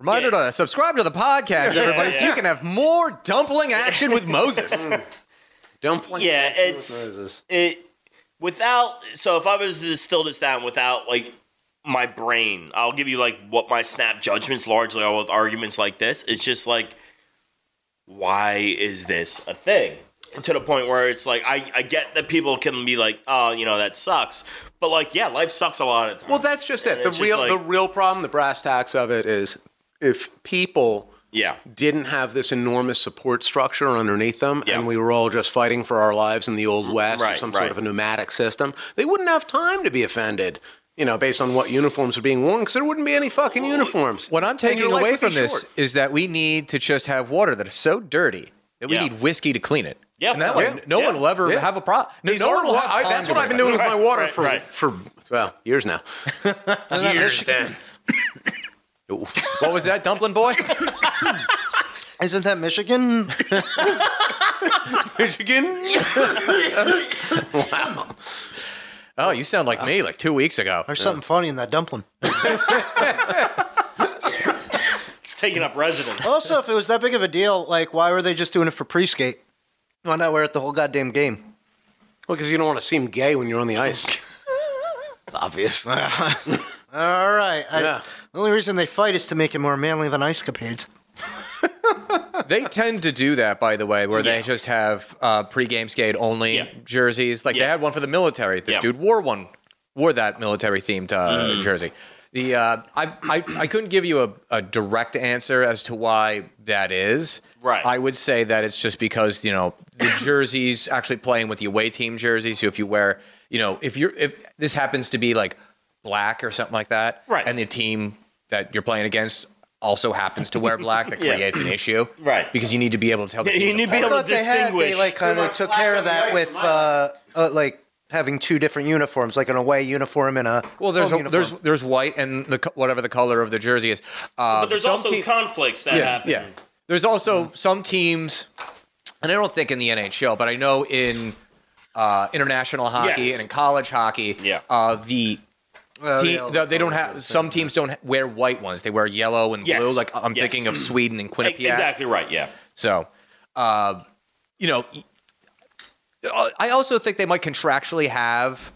S1: Reminder to subscribe to the podcast, everybody, so
S3: yeah.
S1: you can have more dumpling action with Moses.
S4: Dumpling.
S3: yeah, it's it without. So if I was to distill this down without like my brain, I'll give you like what my snap judgments largely are with arguments like this. It's just like, why is this a thing? To the point where it's like I, I get that people can be like, oh, you know, that sucks. But like, yeah, life sucks a lot of the time.
S4: Well, that's just it.
S3: And
S4: The
S3: it's just
S4: real
S3: like-
S4: the real problem, the brass tacks of it is if people
S3: Yeah.
S4: didn't have this enormous support structure underneath them,
S3: Yeah. Mm,
S4: and we were all just fighting for our lives in the old west or
S3: right,
S4: some
S3: right.
S4: sort of a pneumatic system, they wouldn't have time to be offended. You know, based on what uniforms are being worn, because there wouldn't be any fucking uniforms.
S1: What I'm
S4: And your
S1: taking
S4: life
S1: away
S4: would be
S1: from this
S4: short.
S1: is that we need to just have water that is so dirty that we
S3: Yeah.
S1: need whiskey to clean it.
S3: Yeah.
S1: And that
S3: Yeah.
S1: way, no
S3: Yeah.
S1: one will ever
S4: Yeah.
S1: have a problem. No,
S4: These
S1: no one
S4: horrible
S1: will
S4: hot
S1: have. I, that's what I've been doing.
S4: with my
S3: Right,
S4: water
S3: right,
S4: for
S3: right.
S4: for well years now. years then.
S1: What was that, dumpling boy?
S5: Isn't that Michigan?
S4: Michigan.
S1: oh, you sound like me like two weeks ago.
S5: There's something funny in that dumpling.
S3: It's taking up residence.
S5: Also, if it was that big of a deal, like why were they just doing it for pre-skate?
S2: Why not wear it the whole goddamn game?
S4: Well, because you don't want to seem gay when you're on the ice.
S2: It's obvious.
S5: All right. I,
S4: Yeah.
S5: The only reason they fight is to make it more manly than ice capades.
S1: They tend to do that, by the way, where they
S3: Yeah.
S1: just have uh, pre-game skate only
S3: Yeah.
S1: jerseys. Like they
S3: Yeah.
S1: had one for the military. This
S3: Yeah. Mm.
S1: dude wore one, wore that military themed uh, jersey. The uh, I, I I couldn't give you a, a direct answer as to why that is.
S3: Right.
S1: I would say that it's just because you know the jerseys actually playing with the away team jerseys. So if you wear, you know, if you're if this happens to be like black or something like that,
S3: Right.
S1: and the team that you're playing against also happens to wear black, that
S3: Yeah.
S1: creates an issue,
S3: Right.
S1: Because you need to be able to tell. The
S3: Yeah, you
S1: teams
S3: need to be
S1: apart.
S3: able to
S2: But they had
S3: distinguish.
S2: they like kind
S4: Too
S2: of
S4: much
S2: took
S4: black
S2: care
S4: on
S2: of
S4: the
S2: that
S4: ice
S2: with
S4: in my
S2: uh, uh, like having two different uniforms, like an away uniform and a
S1: Well, there's
S2: home
S1: a,
S2: uniform.
S1: there's there's white and the co- whatever the color of the jersey is. Uh,
S3: but there's
S1: some
S3: also
S1: team-
S3: conflicts that
S1: yeah,
S3: happen.
S1: yeah. There's also some teams, and I don't think in the NHL, but I know in uh, international hockey
S3: Yes.
S1: and in college hockey,
S3: Yeah.
S1: uh, the
S2: Well,
S1: team,
S2: yeah,
S1: the- they don't have some teams don't ha- wear white ones. They wear yellow and
S3: Yes.
S1: blue. Like I'm
S3: Yes.
S1: thinking of Sweden and
S3: E-
S1: Quinnipiac.
S3: Exactly right. Yeah.
S1: So, uh, you know, uh, I also think they might contractually have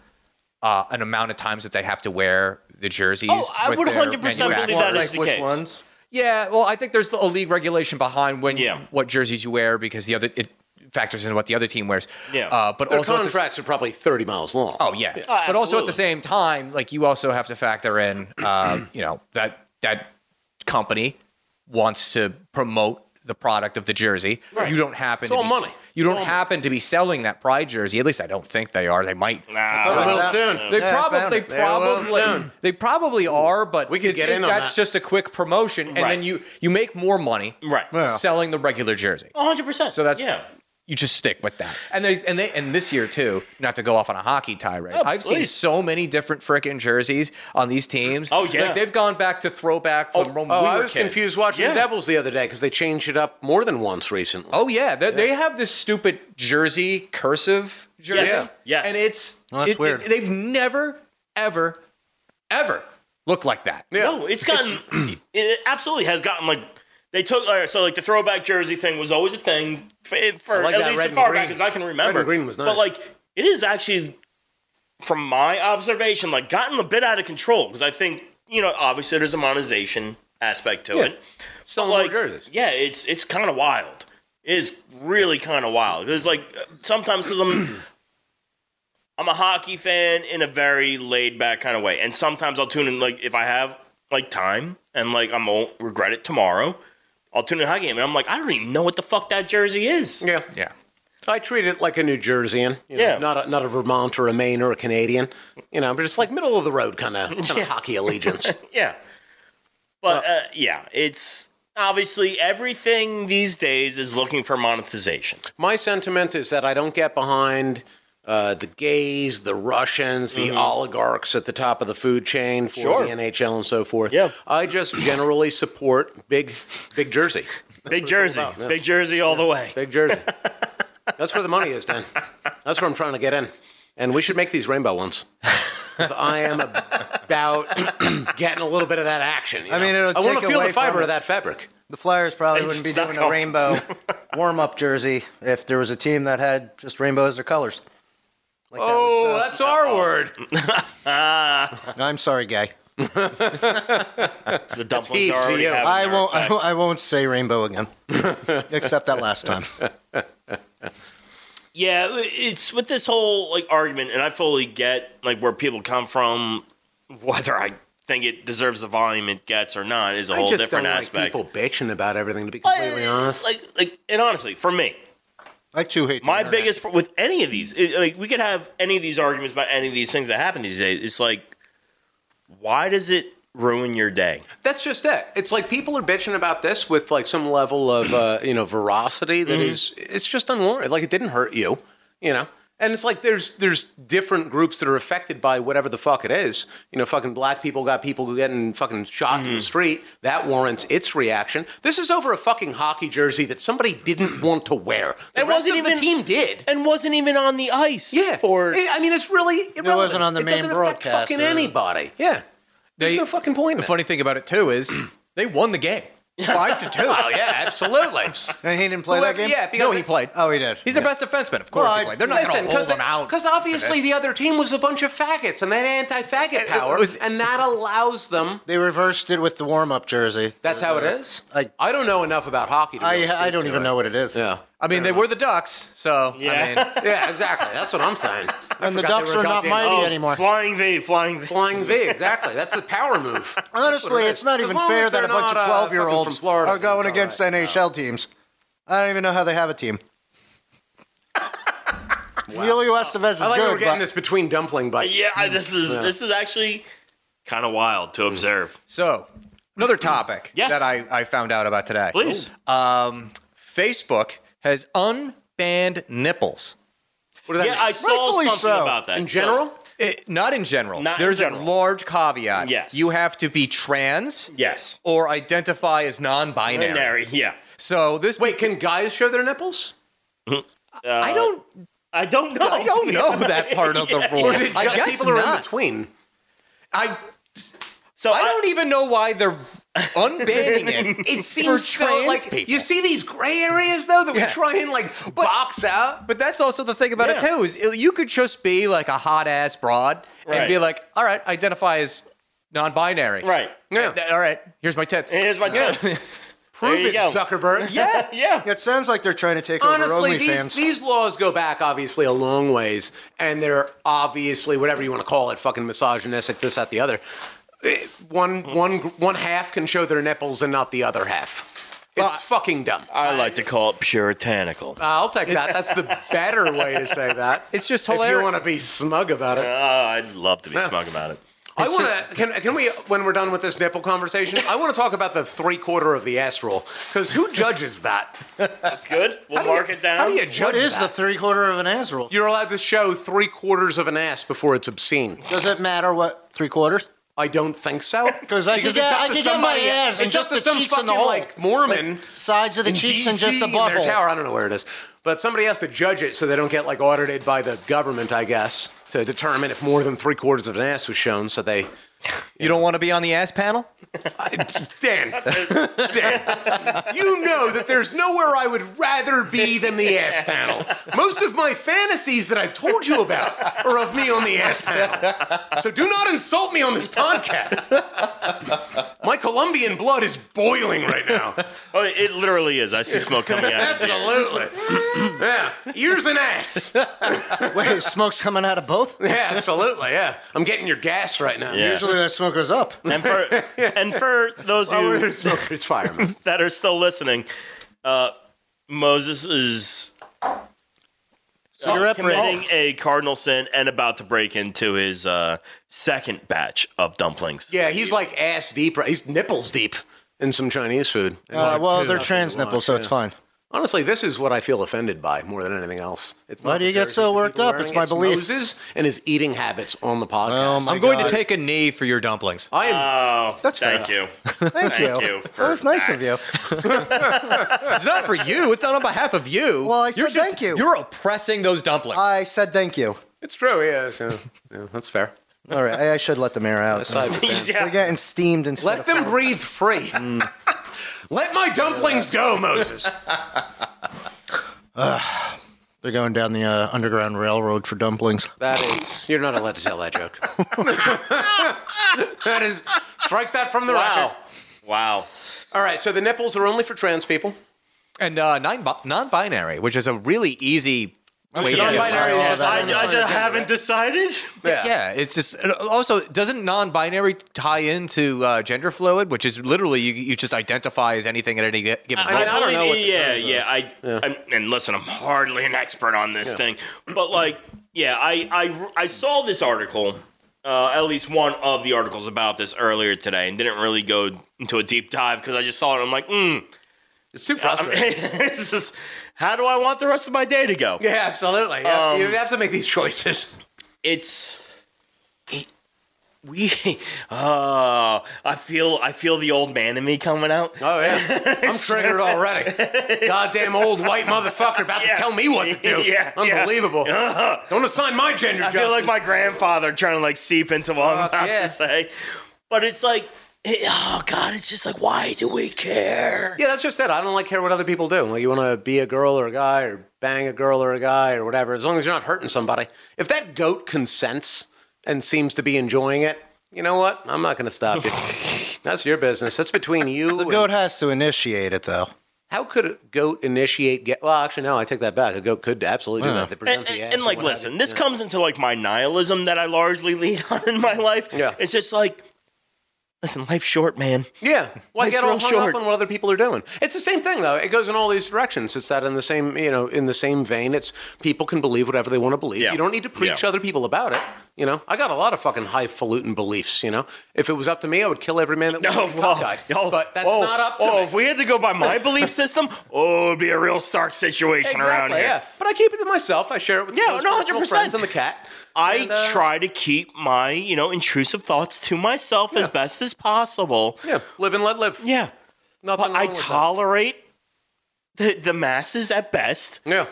S1: uh, an amount of times that they have to wear the jerseys.
S3: Oh, I
S1: with
S3: would
S1: their
S3: 100% believe
S1: manufacturer.
S3: that
S2: like
S3: is the
S2: which
S3: case.
S2: ones?
S1: Yeah, well, I think there's a league regulation behind when
S3: Yeah.
S1: what jerseys you wear because the other it factors into what the other team wears.
S3: Yeah.
S1: uh, but
S4: Their
S1: also at the s-
S4: contracts are probably 30 miles long.
S1: Oh yeah,
S3: Oh,
S1: but also at the
S3: absolutely.
S1: same time, like you also have to factor in, uh, you know, that that company wants to promote the product of the jersey.
S3: Right.
S1: You don't happen to
S4: all
S1: be,
S4: money.
S1: You don't happen to be selling that Pride jersey. At least I don't think they are. They might.
S3: Nah.
S4: Well,
S2: that-
S4: soon.
S1: They
S2: Yeah, I found
S1: probably, they
S2: it. They will
S1: probably,
S4: soon.
S1: they probably are, but
S4: We could
S1: it's-
S4: get in on
S1: that's
S4: that.
S1: just a quick promotion, and
S3: Right.
S1: then you you make more money
S3: Right.
S1: selling the regular jersey.
S3: 100%.
S1: So that's-
S3: yeah.
S1: You just stick with that. And they and they and this year too, not to go off on a hockey tirade.
S3: Oh,
S1: I've seen
S3: please.
S1: so many different frickin' jerseys on these teams.
S3: Oh, yeah.
S1: Like they've gone back to throwback from when
S4: Oh,
S1: we
S4: I
S1: were
S4: was
S1: kids.
S4: confused watching
S3: Yeah.
S4: the Devils the other day because they changed it up more than once recently.
S1: Oh yeah, they, they have this stupid jersey cursive jersey.
S3: Yes. Yes.
S1: And it's
S5: that's
S1: it- it-
S5: weird.
S1: they've never ever ever looked like that.
S3: No, it's gotten. it absolutely has gotten like they took. Like, so like the throwback jersey thing was always a thing for, for
S4: like
S3: at
S4: that
S3: least
S4: red
S3: as
S4: and
S3: far
S4: green.
S3: back as I can remember.
S4: and green was
S3: But
S4: nice.
S3: like it is actually, from my observation, like gotten a bit out of control because I think you know obviously there's a monetization aspect to Oh, it.
S4: Selling
S3: Like
S4: more jerseys.
S3: yeah, it's it's kind of wild. It is really kind of wild. It's like sometimes because I'm. I'm a hockey fan in a very laid back kind of way. And sometimes I'll tune in like if I have like time and like I won't regret it tomorrow. I'll tune in a hockey game and I'm like, I don't even know what the fuck that jersey is.
S4: Yeah.
S1: Yeah.
S4: I treat it like a New Jerseyan. you know,
S3: Yeah.
S4: Not a, not a Vermont or a Maine or a Canadian. You know, but it's like middle of the road kind of hockey allegiance.
S3: Yeah. But uh, yeah, it's obviously everything these days is looking for monetization.
S4: My sentiment is that I don't get behind uh, the gays, the Russians, the oligarchs at the top of the food chain for
S3: Sure.
S4: the NHL and so forth.
S3: Yeah.
S4: I just generally support big, big Jersey.
S3: Big jersey. Big jersey all the way.
S4: Big Jersey. That's where the money is, Dan. That's where I'm trying to get in. And we should make these rainbow ones. 'Cause I am about getting a little bit of that action. you
S5: I mean,
S4: know?
S5: it'll
S4: I wanna
S5: take
S4: feel
S5: away
S4: the fiber
S5: from
S4: of that fabric.
S5: The Flyers probably
S3: They
S5: wouldn't be
S3: snuck
S5: doing
S3: out.
S5: a rainbow.
S2: warm-up jersey if there was a team that had just rainbow as their colors. Like that was,
S4: Oh,
S2: uh,
S4: that's our word.
S5: I'm sorry, guy.
S3: The dumplings
S4: heap
S3: are
S4: to
S3: already
S4: you.
S3: having
S5: I
S3: their
S5: won't. I
S3: effect.
S5: won't, I won't say rainbow again, except that last time.
S3: Yeah, it's with this whole like argument, and I fully get like where people come from, whether I think it deserves the volume it gets or not is a
S4: I
S3: whole
S4: just
S3: different
S4: don't like
S3: aspect.
S4: people bitching about everything. To be
S3: But,
S5: eh,
S4: completely honest,
S3: like, like, and honestly, for me,
S5: I too hate the
S3: my
S5: internet.
S3: biggest pro- with any of these, it, like, we could have any of these arguments about any of these things that happen these days. It's like, why does it ruin your day?
S4: That's just it. It's like people are bitching about this with like some level of uh, you know veracity that is it's just unwarranted. Like it didn't hurt you, you know. And it's like there's there's different groups that are affected by whatever the fuck it is. You know, fucking black people got people getting fucking shot in the street. That warrants its reaction. This is over a fucking hockey jersey that somebody didn't want to wear. The
S3: It
S4: rest
S3: wasn't
S4: of the
S3: even-
S4: team did.
S3: And wasn't even on the ice.
S4: Yeah.
S3: for
S4: I I mean, it's really irrelevant.
S5: on the
S4: it
S5: main
S4: doesn't
S5: broadcast
S4: affect fucking
S5: or-
S4: anybody. Yeah. There's
S1: They-
S4: no fucking point. in
S1: The
S4: it.
S1: funny thing about it too is they won the game, five to two.
S4: Oh yeah, absolutely.
S5: And he didn't play
S4: Whoever-
S5: that game.
S4: yeah, because
S1: no, he played.
S5: Oh, he did.
S1: He's
S5: yeah.
S1: their best defenseman, of course.
S5: Well,
S1: he
S5: I-
S1: played. They're not going to hold him out.
S4: Because
S1: for
S4: obviously
S1: this.
S4: the other team was a bunch of faggots, and that anti-faggot power,
S1: was-
S4: and that allows them.
S5: They reversed it with the warm-up jersey.
S4: That's how it is.
S5: I-
S4: I don't know enough about hockey. To
S5: I
S4: really
S5: I
S4: speak
S5: don't
S4: to
S5: even
S4: it.
S5: know what it is.
S4: Yeah,
S1: I mean, they were the Ducks, so I
S3: Yeah.
S1: mean,
S4: yeah, exactly. That's what I'm saying. I
S5: And the
S4: forgot they
S5: Ducks
S4: were
S5: are not
S4: goddamn
S5: mighty
S4: Oh,
S5: anymore.
S3: flying V, flying V.
S4: Flying V, exactly. That's the power move.
S5: Honestly, it's not
S4: As
S5: even
S4: long
S5: fair
S4: as
S5: that a
S4: they're
S5: bunch of
S4: not, uh,
S5: 12 year
S4: fucking
S5: olds
S4: from Florida,
S5: are going
S4: it's all
S5: against
S4: right.
S5: NHL teams. I don't even know how they have a team. Emilio Estevez is
S4: I like how we're
S5: good,
S4: getting
S5: but
S4: this between dumpling bites.
S3: Yeah, I- this is this is actually kind of wild to observe.
S1: so another topic
S3: Yes.
S1: that I, I found out about today.
S3: Please,
S1: Um, Facebook has unbanned nipples.
S4: What did that
S3: yeah,
S4: mean?
S3: I saw
S5: Rightfully
S3: something
S5: so.
S3: about that
S4: In general,
S3: So-
S1: It- Eh, not in general.
S3: Not in
S1: There's
S3: general.
S1: a large caveat.
S3: Yes.
S1: You have to be trans
S3: yes,
S1: or identify as non binary.
S3: Binary, Yeah,
S1: So this.
S4: wait, can guys show their nipples?
S1: I don't.
S3: I don't know.
S1: I don't know that part of the rule.
S4: Oh. Or is it
S1: I
S4: just
S1: guess
S4: people are in
S1: not.
S4: between.
S1: I
S3: So
S1: I don't even know why they're unbanning it.
S4: It
S1: for
S4: seems so
S1: trans
S4: like
S1: people.
S4: you see these gray areas though that
S1: Yeah.
S4: we try and like box out.
S1: But that's also the thing about it
S3: Yeah.
S1: too is you could just be like a hot ass broad and
S3: Right.
S1: be like, all right, identify as non-binary.
S3: right.
S4: Yeah,
S1: All right, here's my tits.
S3: Here's my
S1: Yeah.
S3: tits.
S4: prove
S3: There you
S4: it,
S3: go.
S4: Zuckerberg.
S1: yeah.
S3: Yeah.
S5: it sounds like they're trying to take over
S4: Honestly,
S5: OnlyFans.
S4: these, these laws go back obviously a long ways, and they're obviously whatever you want to call it, fucking misogynistic, this, that, the other. Eh, One, one, one half can show their nipples and not the other half. It's fucking dumb.
S3: I like to call it puritanical.
S4: I'll take that. That's the better way to say that.
S1: It's just
S4: If
S1: hilarious.
S4: you want to be smug about it.
S3: Uh, I'd love to be smug about it.
S4: I want to. Can, can we, when we're done with this nipple conversation, I want to talk about the three quarter of the ass rule. Because who judges that?
S3: That's good. We'll
S4: How do you-
S3: mark it down.
S4: How do you judge
S5: what is
S4: that?
S5: the three quarter of an ass rule?
S4: You're allowed to show three quarters of an ass before it's obscene.
S5: Does it matter what three quarters?
S4: I don't think so.
S5: 'Cause I could
S4: Because
S5: get-
S4: it's up
S5: I
S4: to
S5: could get
S4: somebody-
S5: my ass and
S4: It's up
S5: just
S4: to
S5: the
S4: some
S5: cheeks and
S4: fucking
S5: the hole.
S4: like Mormon.
S5: Sides of the
S4: in
S5: cheeks and
S4: DC
S5: just the
S4: in their
S5: bubble.
S4: tower. I don't know where it is, but somebody has to judge it so they don't get like audited by the government, I guess, to determine if more than three quarters of an ass was shown. So they,
S1: You don't want to be on the ass panel?
S4: Dan, Dan, you know that there's nowhere I would rather be than the ass panel. Most of my fantasies that I've told you about are of me on the ass panel. So do not insult me on this podcast. My Colombian blood is boiling right now.
S3: oh, it literally is. I see smoke coming out. of his ear.
S4: Absolutely. yeah. Ears and ass.
S5: Wait, smoke's coming out of both?
S4: Yeah, absolutely. Yeah. I'm getting your gas right now.
S3: Yeah.
S5: Usually that smoke goes up.
S3: And for and for those
S4: Oh, we're
S3: who
S4: smokers, firemen.
S3: that are still listening, uh, Moses is
S5: So you're up,
S3: committing
S5: Brandon.
S3: a cardinal sin and about to break into his uh, second batch of dumplings.
S4: Yeah, he's like ass deep. right- He's nipples deep in some Chinese food.
S5: Uh, well,
S4: Two,
S5: they're
S4: not
S5: trans
S4: that much,
S5: nipples, so it's
S4: yeah.
S5: fine.
S4: Honestly, this is what I feel offended by more than anything else. It's
S5: Why
S4: not
S5: do
S4: the
S5: you get
S4: jerseys
S5: so
S4: that people
S5: worked up?
S4: are
S5: It's
S4: wearing,
S5: my belief.
S4: Moses and his eating habits on the podcast.
S5: Oh, my
S1: I'm going
S5: God.
S1: to take a knee for your dumplings.
S4: I am.
S3: Oh,
S5: That's fair
S3: thank you.
S5: Thank,
S3: Thank you. for
S5: That was nice
S3: that.
S5: of you.
S1: It's not for you. It's not on behalf of you.
S5: Well, I
S1: you're
S5: said thank you. Uh,
S1: You're oppressing those dumplings.
S5: I said thank you.
S4: it's true. Yeah, so, yeah, that's fair.
S5: All right, I, I should let the air out.
S4: Aside from that.
S5: They're getting steamed instead
S4: Let
S5: of
S4: them
S5: fried.
S4: breathe free. Let my dumplings go, Moses.
S5: They're going down the uh, underground railroad for dumplings.
S4: That is, you're not allowed to tell that joke. that is, strike that from the
S3: Wow.
S4: record.
S3: Wow.
S4: All right, so the nipples are only for trans people.
S1: and uh, nine- non-binary, which is a really easy Wait,
S5: yeah.
S1: non-binary is
S5: Yeah.
S1: just-
S3: I, I just haven't decided.
S1: yeah. it's just and also doesn't non-binary tie into uh, gender fluid, which is literally you, you just identify as anything at any gi- given
S4: mean,
S1: moment.
S4: I don't know what the
S3: yeah,
S4: terms are.
S3: E yeah. I I'm, and listen, I'm hardly an expert on this thing, but like, yeah, I I I saw this article. Uh, at least one of the articles about this earlier today, and didn't really go into a deep dive because I just saw it. and I'm like, mm,
S4: It's too
S3: I'm-
S4: frustrating.
S3: this is, how do I want the rest of my day to go? Um,
S4: yeah, absolutely. You have- you have to make these choices.
S3: it's it- we uh I feel I feel the old man in me coming out.
S4: Oh yeah, I'm triggered already. Goddamn old white motherfucker about
S3: Yeah.
S4: to tell me what to do.
S3: Yeah, yeah. Uh-huh.
S4: unbelievable. Don't assign my gender.
S3: I feel like my grandfather trying to like seep into what I'm about
S4: yeah.
S3: to say. But it's like it, oh god, it's just like why do we care?
S4: Yeah, that's just it. I don't like care what other people do. Like you want to be a girl or a guy or bang a girl or a guy or whatever. As long as you're not hurting somebody. If that goat consents and seems to be enjoying it, you know what? I'm not going to stop you. that's your business. That's between you.
S5: The
S4: and-
S5: goat has to initiate it though.
S4: How could a goat initiate? Get- well, actually, no. I take that back. A goat could absolutely do that. They present
S3: And,
S4: the
S3: and-
S4: ass
S3: and, like
S4: what have you.
S3: listen, this comes into like my nihilism that I largely lead on in my life.
S4: Yeah.
S3: It's just like listen, life's short, man.
S4: Yeah. Why
S3: Life's
S4: get all
S3: real
S4: hung
S3: short.
S4: up on what other people are doing? It's the same thing though. It goes in all these directions. It's that in the same you know, in the same vein, it's people can believe whatever they want to believe.
S3: Yeah.
S4: You don't need to preach
S3: Yeah.
S4: other people about it. You know, I got a lot of fucking highfalutin beliefs. You know, if it was up to me, I would kill every man that
S3: Oh,
S4: was
S3: well,
S4: cockeyed.
S3: oh,
S4: but that's
S3: oh,
S4: not up to
S3: oh,
S4: me.
S3: if we had to go by my belief system, oh, it'd be a real stark situation around
S4: Exactly,
S3: here.
S4: yeah. But I keep it to myself. I share it with
S3: Yeah,
S4: those
S3: no,
S4: personal
S3: 100%.
S4: friends and the cat.
S3: I
S4: And, uh,
S3: try to keep my, you know, intrusive thoughts to myself as best as possible.
S4: Yeah, live and let live.
S3: Yeah.
S4: Nothing
S3: I
S4: wrong with that.
S3: tolerate the, the masses at best.
S4: Yeah.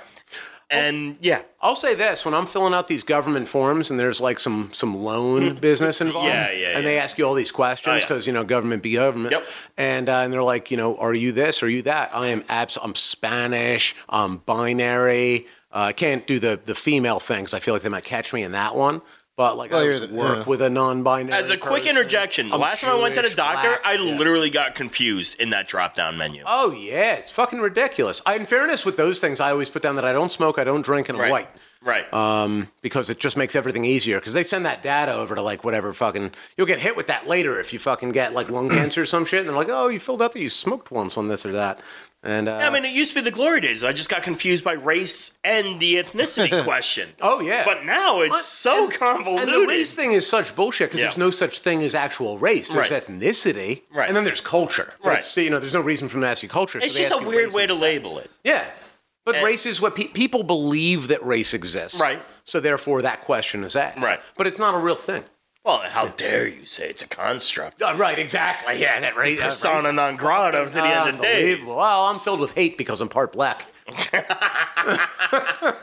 S3: And yeah.
S4: I'll say this: when I'm filling out these government forms, and there's like some some loan business involved,
S3: Mm-hmm. Yeah, yeah,
S4: and they
S3: yeah.
S4: ask you all these
S3: Oh,
S4: questions
S3: yeah.
S4: because you know government be government,
S3: Yep.
S4: and uh, and they're like, you know, are you this? Are you that? I am abs. I'm Spanish. I'm binary. Uh, I can't do the the female things. I feel like they might catch me in that one. But like, I
S5: you're
S4: always
S5: the-
S4: work
S5: yeah.
S4: with a non-binary.
S3: As a quick
S4: person.
S3: interjection,
S4: I'm
S3: last time I went to the
S4: Jewish,
S3: doctor,
S4: black,
S3: I
S4: yeah.
S3: literally got confused in that drop down menu.
S4: Oh yeah, it's fucking ridiculous. I, in fairness, with those things, I always put down that I don't smoke, I don't drink, and I'm
S3: right.
S4: white.
S3: Right.
S4: Uh, because it just makes everything easier. Because they send that data over to like whatever fucking you'll get hit with that later if you fucking get like lung cancer or some shit. And they're like, oh, you filled out that you smoked once on this or that. And uh,
S3: I mean, it used to be the glory days. I just got confused by race and the ethnicity question.
S4: oh yeah,
S3: But now it's so convoluted.
S4: And the race thing is such bullshit because
S3: Yeah.
S4: there's no such thing as actual race. There's
S3: Right.
S4: ethnicity,
S3: Right.
S4: And then there's culture, But
S3: Right.
S4: it's, you know, there's no reason for them to ask you culture. so
S3: it's
S4: they
S3: just
S4: ask
S3: a
S4: you
S3: weird
S4: race
S3: way to
S4: instead.
S3: label it.
S4: Yeah. But
S3: And-
S4: race is what pe- people believe that race exists.
S3: Right.
S4: So therefore, that question is asked.
S3: Right.
S4: But it's not a real thing.
S3: Well, how dare you say it's a construct?
S4: Uh, right, exactly. Yeah, that race. that
S3: Persona non grata to the end of the day.
S4: Ah, Unbelievable. Well, I'm filled with hate because I'm part black.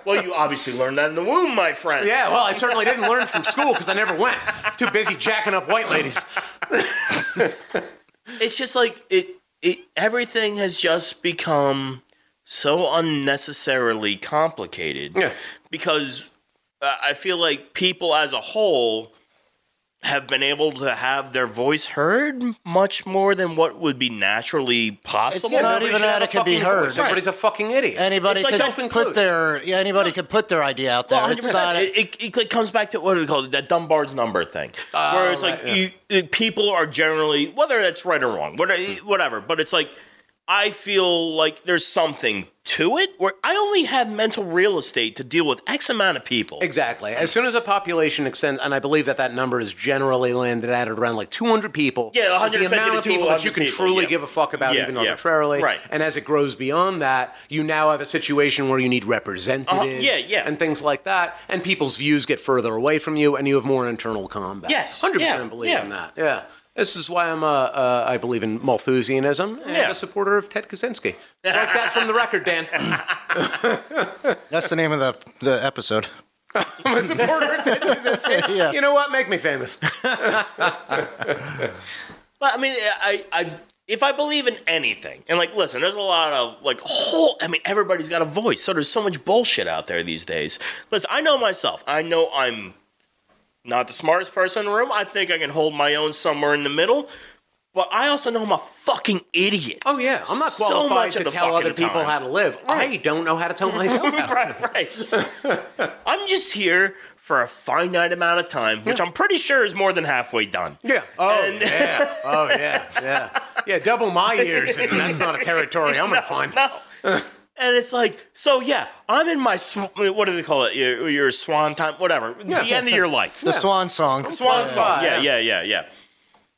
S3: Well, you obviously learned that in the womb, my friend.
S4: Yeah, well, I certainly didn't learn from school because I never went. Too busy jacking up white ladies.
S3: It's just like it, it. Everything has just become so unnecessarily complicated.
S4: Yeah.
S3: Because uh, I feel like people as a whole have been able to have their voice heard much more than what would be naturally possible.
S5: It's not
S4: Nobody
S5: even
S4: should
S5: that
S4: have a
S5: it could be
S4: fucking
S5: heard.
S4: voice. Everybody's a fucking idiot.
S5: Anybody
S3: It's like
S5: could
S4: self-include.
S5: put their yeah, anybody could put their idea out there.
S3: Well,
S5: it's not
S3: 100%. It, it, it, like, comes back to what do they call it? That Dunbar's number thing. where it's like you, it- people are generally, whether that's right or wrong, whatever, whatever, but it's like, I feel like there's something to it where I only have mental real estate to deal with X amount of people.
S4: Exactly. As soon as a population extends, and I believe that that number is generally landed at around like 200 people.
S3: Yeah,
S4: is
S3: 150
S4: the amount of
S3: to
S4: people that you
S3: 200
S4: can
S3: people,
S4: truly
S3: yeah.
S4: give a fuck about,
S3: Yeah,
S4: even
S3: yeah.
S4: arbitrarily.
S3: Right.
S4: And as it grows beyond that, you now have a situation where you need representatives.
S3: Uh-huh. yeah, yeah.
S4: And things like that, and people's views get further away from you, and you have more internal combat.
S3: Yes,
S4: 100%
S3: yeah,
S4: believe
S3: yeah.
S4: in that. Yeah. This is why I'm uh, uh, I believe in Malthusianism and
S3: Yeah.
S4: a supporter of Ted Kaczynski. Strike that from the record, Dan.
S5: that's the name of the the episode.
S4: I'm a supporter of Ted Kaczynski.
S5: Yeah.
S4: You know what? Make me famous.
S3: But I mean, I, I, if I believe in anything, and like, listen, there's a lot of like whole. I mean, everybody's got a voice, so there's so much bullshit out there these days. Listen, I know myself. I know I'm not the smartest person in the room. I think I can hold my own somewhere in the middle. But I also know I'm a fucking idiot.
S4: Oh yeah, I'm not
S3: So
S4: qualified
S3: much of
S4: to
S3: the
S4: tell other
S3: fucking
S4: people
S3: time.
S4: how to live. I don't know how to tell myself. how to
S3: right, right. I'm just here for a finite amount of time, which I'm pretty sure is more than halfway done.
S4: Yeah. Oh
S3: And-
S4: yeah. Oh yeah. Yeah. Yeah. Double my years, and that's not a territory I'm gonna find.
S3: No. and it's like, so yeah, I'm in my sw- what do they call it? Your, your swan time, whatever. The end of your life.
S5: The swan song.
S3: swan song. Yeah, yeah, yeah, yeah.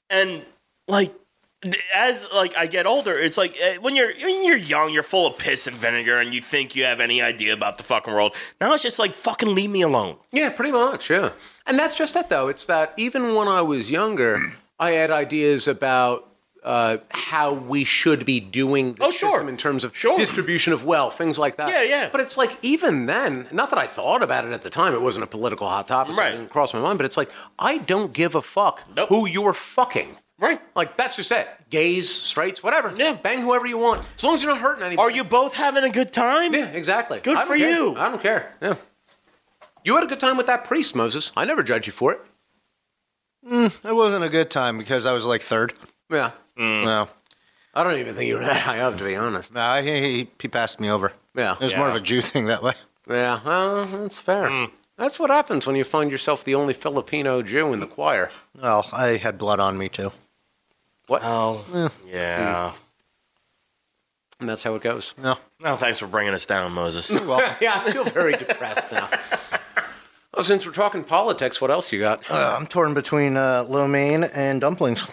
S3: And like d- as like I get older, it's like eh, when you're when you're young, you're full of piss and vinegar, and you think you have any idea about the fucking world. Now it's just like fucking leave me alone.
S4: Yeah, pretty much. Yeah. And that's just it, though. It's that even when I was younger, I had ideas about. Uh, how we should be doing the
S3: Oh, sure.
S4: system in terms of
S3: Sure.
S4: distribution of wealth, things like that.
S3: Yeah, yeah.
S4: But it's like even then, not that I thought about it at the time, it wasn't a political hot topic, so
S3: Right.
S4: it didn't cross my mind. But it's like I don't give a fuck
S3: Nope.
S4: who you're fucking.
S3: Right.
S4: Like that's just it. Gays, straights, whatever.
S3: Yeah.
S4: Bang whoever you want, as long as you're not hurting anybody.
S3: Are you both having a good time?
S4: Yeah, exactly.
S3: Good
S4: I don't
S3: for
S4: care.
S3: you.
S4: I don't care. Yeah. You had a good time with that priest, Moses. I never judge you for it.
S5: It wasn't a good time because I was like third.
S4: Yeah.
S5: No,
S4: I don't even think you were that high up, to be honest.
S5: no, I- he, he, he passed me over.
S4: Yeah.
S5: It was
S3: Yeah.
S5: more of a Jew thing that way.
S4: Yeah, well, that's fair. That's what happens when you find yourself the only Filipino Jew in the choir.
S5: Well, I had blood on me too.
S4: What?
S3: Oh. Yeah.
S4: And that's how it goes.
S5: No,
S3: No, thanks for bringing us down, Moses.
S5: well,
S4: Yeah, I feel very depressed now. Well, since we're talking politics, what else you got?
S5: uh, I'm torn between uh, lo mein and dumplings.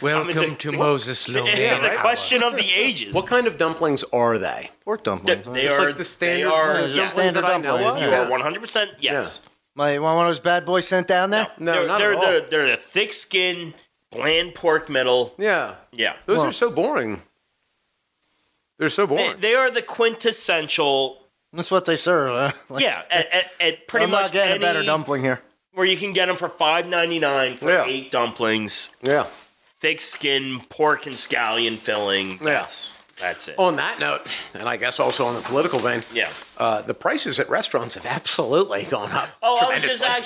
S3: Welcome to
S1: Moses Lowe.
S3: the question of the ages.
S4: What kind of dumplings are they?
S5: Pork
S3: Th-
S5: dumplings.
S3: they
S4: Just
S3: are
S4: like the standard
S3: They are,
S5: Yeah, just
S3: yes.
S5: standard
S4: that I know
S5: dumpling.
S4: of?
S3: You are 100% yes.
S5: My one of those bad boys sent down there.
S4: No,
S3: they're,
S4: not
S3: they're,
S4: at all.
S3: They're, they're the thick skin, bland pork middle.
S4: Yeah.
S3: Yeah.
S4: Those
S5: Well-
S4: are so boring. They're so
S3: They,
S4: boring.
S3: they are the quintessential.
S5: That's what they serve. Uh, like,
S3: yeah, at, at, at pretty
S5: I'm
S3: much
S5: not getting
S3: any,
S5: a better dumpling here.
S3: Where you can get them for five ninety nine for
S4: Yeah.
S3: eight dumplings,
S4: yeah.
S3: thick skin, pork and scallion filling. That's that's it.
S5: Oh.
S4: On that note, and I guess also on the political vein,
S3: Yeah.
S4: uh, the prices at restaurants have absolutely gone up.
S3: Oh, I was
S4: tremendously.
S3: just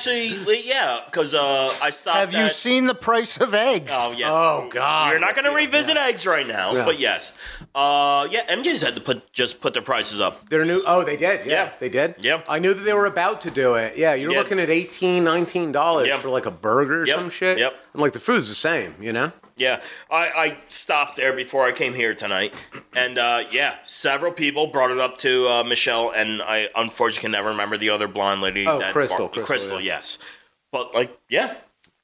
S3: actually yeah, because uh, I stopped.
S5: Have you
S3: at-
S5: seen the price of eggs?
S3: Oh yes.
S4: Oh, God.
S3: You're not going to revisit eggs right now,
S4: Yeah.
S3: but yes. Uh, yeah, MJ's had to put just put their prices up.
S4: Their new oh they did yeah,
S3: Yeah.
S4: they did
S3: Yeah.
S4: I knew that they were about to do it yeah you're
S3: Yeah.
S4: looking at 18 19 dollars
S3: Yep.
S4: for like a burger or
S3: Yep.
S4: some shit
S3: Yep.
S4: and like the food's the same you know
S3: Yeah, I, I stopped there before I came here tonight, and uh, yeah, several people brought it up to uh, Michelle, and I unfortunately can never remember the other blonde lady.
S4: Oh, Crystal, Crystal,
S3: Crystal,
S4: yeah.
S3: yes. But like, yeah,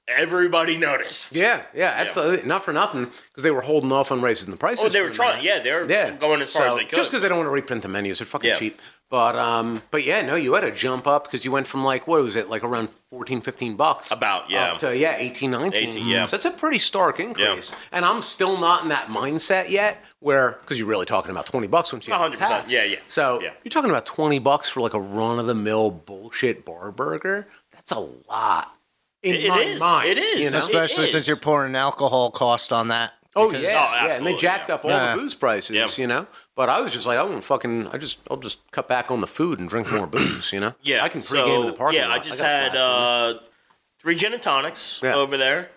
S3: everybody noticed.
S4: yeah yeah absolutely not for nothing because they were holding off on raising the prices
S3: Oh, they
S4: for
S3: were
S4: them,
S3: trying.
S4: right?
S3: Yeah, they were
S4: yeah
S3: going as far
S4: So,
S3: as they could.
S4: just because they don't want to reprint the menus they're fucking
S3: Yeah.
S4: cheap but um but yeah no you had to jump up because you went from like what was it like around 14 15 bucks
S3: About, yeah.
S4: up to yeah 18 19
S3: 18, yeah.
S4: so it's a pretty stark increase and I'm still not in that mindset yet where because you're really talking about 20 bucks once you
S3: One hundred percent. Yeah, yeah.
S4: So
S3: yeah,
S4: you're talking about 20 bucks for like a run of the mill bullshit bar burger? That's a lot. In
S3: It- it
S4: my
S3: is.
S4: mind.
S3: It is.
S4: You know?
S3: It
S5: Especially
S3: is.
S5: since you're pouring alcohol cost on that.
S4: Oh yeah,
S5: Because-
S3: Oh,
S4: yeah, and they
S3: absolutely,
S4: jacked
S3: yeah.
S4: up all
S5: Yeah.
S4: the booze prices,
S3: Yeah.
S4: you know. But I was just like, I want to fucking, I just, I'll just cut back on the food and drink more booze, you know.
S3: yeah.
S4: I can
S3: so,
S4: pregame in the parking
S3: Yeah,
S4: lot.
S3: I just
S4: got a
S3: had
S4: flask on me.
S3: uh, three gin and tonics
S4: Yeah.
S3: over there,